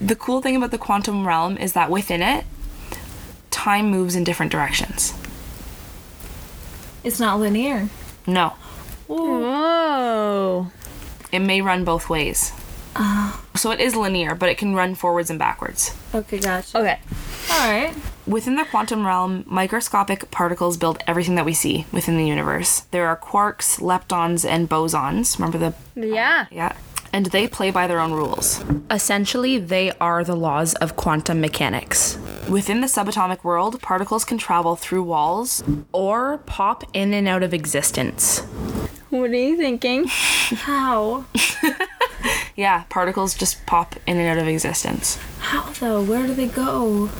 Speaker 1: The cool thing about the quantum realm is that within it, time moves in different directions.
Speaker 3: It's not linear.
Speaker 1: No,
Speaker 2: Whoa.
Speaker 1: It may run both ways. So it is linear, but it can run forwards and backwards.
Speaker 3: Okay, gotcha.
Speaker 2: Okay.
Speaker 3: All right.
Speaker 1: Within the quantum realm, microscopic particles build everything that we see within the universe. There are quarks, leptons, and bosons. Remember the
Speaker 2: Yeah.
Speaker 1: yeah. And they play by their own rules. Essentially, they are the laws of quantum mechanics. Within the subatomic world, particles can travel through walls or pop in and out of existence.
Speaker 2: What are you thinking?
Speaker 3: How?
Speaker 1: Yeah, particles just pop in and out of existence.
Speaker 3: How though? Where do they go?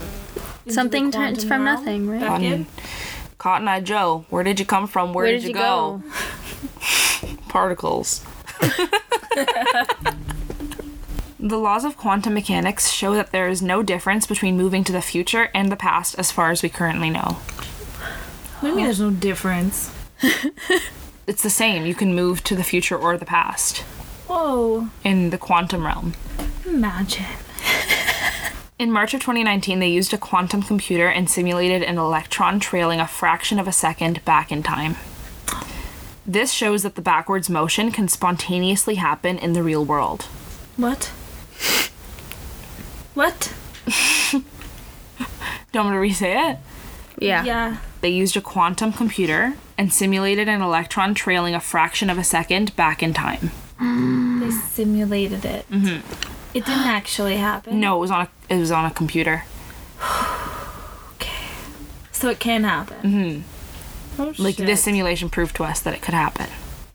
Speaker 2: Something turns
Speaker 3: quantum
Speaker 2: from
Speaker 3: realm?
Speaker 2: nothing, right?
Speaker 3: Back in?
Speaker 1: Cotton Eye Joe, where did you come from? Where,
Speaker 2: Where
Speaker 1: did, you go? [LAUGHS] Particles. the laws of quantum mechanics show that there is no difference between moving to the future and the past as far as we currently know.
Speaker 3: What do you mean there's no difference?
Speaker 1: It's the same, you can move to the future or the past
Speaker 3: Whoa.
Speaker 1: in the quantum realm.
Speaker 3: Imagine.
Speaker 1: In March of 2019, they used a quantum computer and simulated an electron trailing a fraction of a second back in time. This shows that the backwards motion can spontaneously happen in the real world.
Speaker 3: What? What?
Speaker 1: Don't want to re say it.
Speaker 2: Yeah.
Speaker 3: Yeah.
Speaker 1: They used a quantum computer and simulated an electron trailing a fraction of a second back in time.
Speaker 3: They simulated it. Mm-hmm. It didn't actually happen.
Speaker 1: No, it was on a it was on a computer.
Speaker 3: Okay. So it can happen. Mm-hmm. Oh,
Speaker 1: Like
Speaker 3: shit.
Speaker 1: this simulation proved to us that it could happen.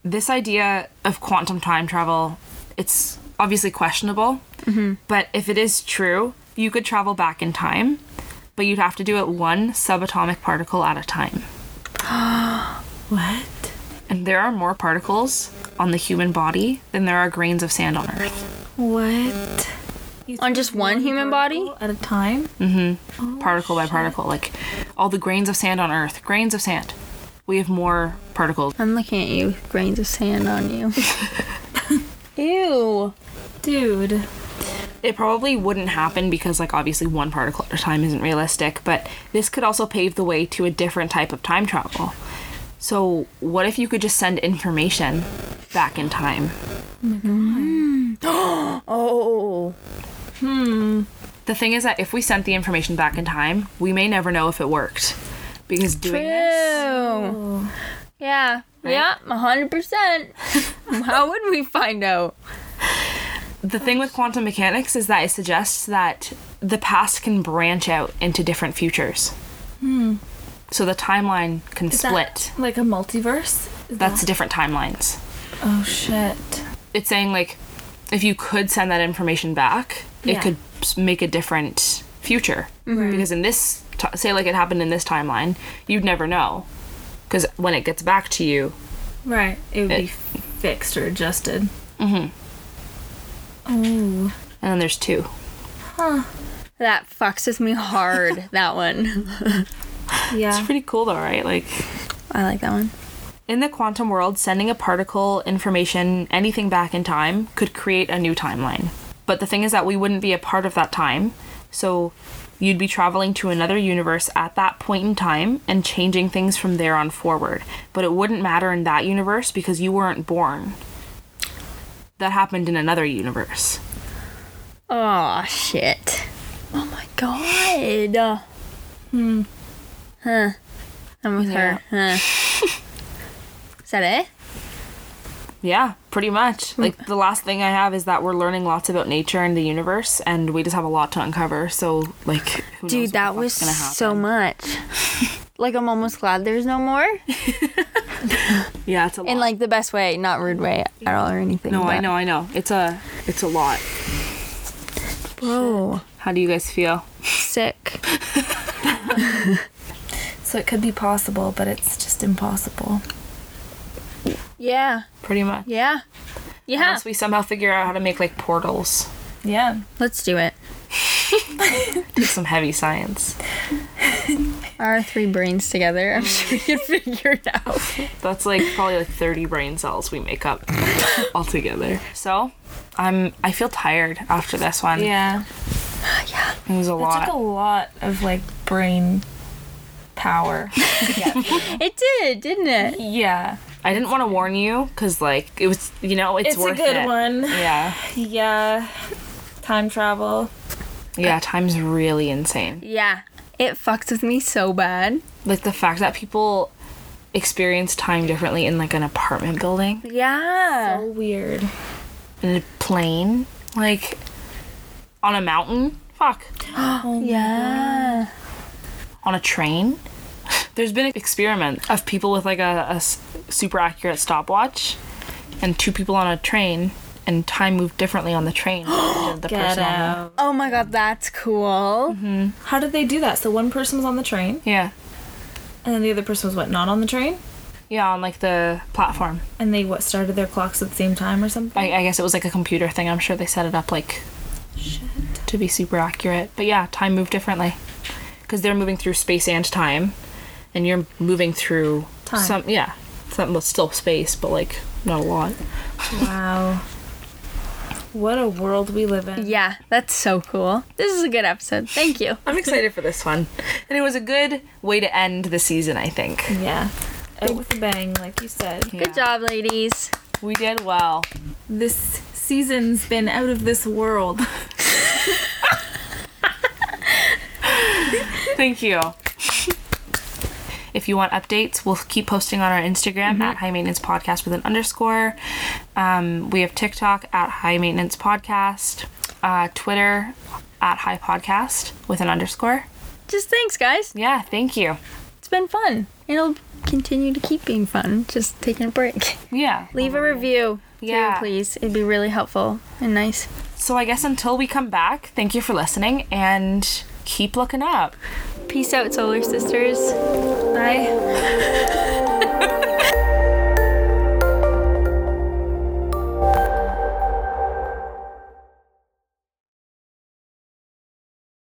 Speaker 1: This idea of quantum time travel, it's obviously questionable, but if it is true, you could travel back in time but you'd have to do it one subatomic particle at a time.
Speaker 3: What?
Speaker 1: And there are more particles on the human body than there are grains of sand on Earth.
Speaker 3: What?
Speaker 2: On just one human body?
Speaker 3: At a time? Oh,
Speaker 1: particle by particle, like all the grains of sand on Earth, grains of sand. We have more particles.
Speaker 2: I'm looking at you with grains of sand on
Speaker 1: [LAUGHS]
Speaker 2: you. Ew.
Speaker 3: Dude.
Speaker 1: It probably wouldn't happen because, like, obviously one particle at a time isn't realistic, but this could also pave the way to a different type of time travel. So, what if you could just send information back in time?
Speaker 2: Oh.
Speaker 1: Hmm. The thing is that if we sent the information back in time, we may never know if it worked. Because doing this,
Speaker 2: Ew. Yeah. Yeah,
Speaker 1: [LAUGHS]
Speaker 2: 100%. How would we find out?
Speaker 1: the thing with quantum mechanics is that it suggests that the past can branch out into different futures. So the timeline can
Speaker 3: Hmm. Is
Speaker 1: split.
Speaker 3: that like a multiverse? Is
Speaker 1: That's different timelines.
Speaker 3: that- oh shit.
Speaker 1: It's saying like if you could send that information back,
Speaker 3: Yeah. Mm-hmm.
Speaker 1: it could s- make a different future. Because in this t- say like it happened in this timeline, you'd never know. Cuz when it gets back to you,
Speaker 3: Right. It would
Speaker 1: It-
Speaker 3: be f- fixed or adjusted. Mm-hmm. Oh.
Speaker 1: and then there's two.
Speaker 2: That fucks with me
Speaker 1: [LAUGHS]
Speaker 2: hard, that one.
Speaker 1: It's
Speaker 3: Yeah.
Speaker 1: pretty cool though, right? Like
Speaker 2: I like that one.
Speaker 1: in the quantum world, sending a particle, information, anything back in time could create a new timeline. But the thing is that we wouldn't be a part of that time. So you'd be traveling to another universe at that point in time and changing things from there on forward. But it wouldn't matter in that universe because you weren't born. That happened in another universe.
Speaker 2: Oh, shit. Oh my god. Hmm. Huh. I'm with her. Huh.
Speaker 1: [LAUGHS]
Speaker 2: Is that it?
Speaker 1: Yeah, pretty
Speaker 2: Hmm.
Speaker 1: much. Like the last thing I have is that we're learning lots about nature and the universe and we just have a lot to uncover. So like who knows
Speaker 2: Dude,
Speaker 1: what
Speaker 2: that
Speaker 1: the
Speaker 2: was
Speaker 1: fuck's gonna happen.
Speaker 2: so much.
Speaker 1: [LAUGHS]
Speaker 2: like, I'm almost glad there's no more.
Speaker 1: Yeah, it's a lot.
Speaker 2: In, like, the best way, not rude way at all or anything.
Speaker 1: No, I
Speaker 2: but-
Speaker 1: know, I know. It's a it's a lot.
Speaker 2: Whoa.
Speaker 1: How do you guys feel?
Speaker 2: Sick.
Speaker 3: So it could be possible, but it's just impossible.
Speaker 2: Yeah.
Speaker 1: Pretty much.
Speaker 2: Yeah. Yeah.
Speaker 1: Unless we somehow figure out how to make like portals.
Speaker 3: Yeah.
Speaker 2: Let's do it.
Speaker 1: Do some heavy science.
Speaker 2: Our three brains together. I'm sure we can [LAUGHS] figure it out.
Speaker 1: That's like probably like 30 brain cells we make up [LAUGHS] altogether. So, I'm I feel tired after this one.
Speaker 3: Yeah.
Speaker 1: It was a
Speaker 3: It took
Speaker 1: lot.
Speaker 3: a lot of like brain [LAUGHS] power.
Speaker 2: It did, didn't it?
Speaker 3: yeah.
Speaker 1: I didn't want to warn you cuz like it was, you know, it's,
Speaker 3: It's, a
Speaker 1: worth
Speaker 3: good
Speaker 1: it.
Speaker 3: one.
Speaker 1: Yeah.
Speaker 3: Yeah. Time travel.
Speaker 1: Yeah, time's really insane.
Speaker 2: Yeah. It fucks with me so bad.
Speaker 1: Like the fact that people experience time differently in like an apartment building.
Speaker 2: Yeah.
Speaker 3: So weird.
Speaker 1: in a plane, like on a mountain, fuck,
Speaker 2: yeah.
Speaker 1: on a train. [LAUGHS] There's been an experiment of people with like a, a s- super accurate stopwatch and two people on a train, and time moved differently on the train. than the person on the-
Speaker 2: Oh my god, that's cool.
Speaker 1: Mm-hmm.
Speaker 3: How did they do that? So one person was on the train,
Speaker 1: Yeah.
Speaker 3: and then the other person was what? Not on the train,
Speaker 1: Yeah, on like the platform.
Speaker 3: and they what started their clocks at the same time or [LAUGHS] something.
Speaker 1: I, I guess it was like a computer thing. I'm sure they set it up like to be super accurate. But yeah, time moved differently because they're moving through space and time, and you're moving through
Speaker 3: Time.
Speaker 1: some yeah, some well, still space, but like not a lot.
Speaker 3: Wow. What a world we live in.
Speaker 2: Yeah, that's so cool. This is a good episode. Thank you.
Speaker 1: I'm excited for this one, and it was a good way to end the season. I think
Speaker 3: Yeah. Out with a bang, like you said.
Speaker 2: Good job, ladies.
Speaker 1: we did well.
Speaker 3: This season's been out of this world.
Speaker 1: Thank you. If you want updates, we'll keep posting on our Instagram at High Maintenance Podcast with an underscore. Um, we have TikTok at High Maintenance Podcast, uh, Twitter at High Podcast with an underscore.
Speaker 2: Just thanks, guys.
Speaker 1: Yeah, thank you.
Speaker 2: It's been fun. It'll continue to keep being fun. Just taking a break. [LAUGHS]
Speaker 1: Yeah.
Speaker 2: Leave a review.
Speaker 1: Yeah.
Speaker 2: Too, please. It'd be really helpful and nice.
Speaker 1: So I guess until we come back, thank you for listening and keep looking up.
Speaker 2: Peace out, Solar Sisters.
Speaker 4: Bye.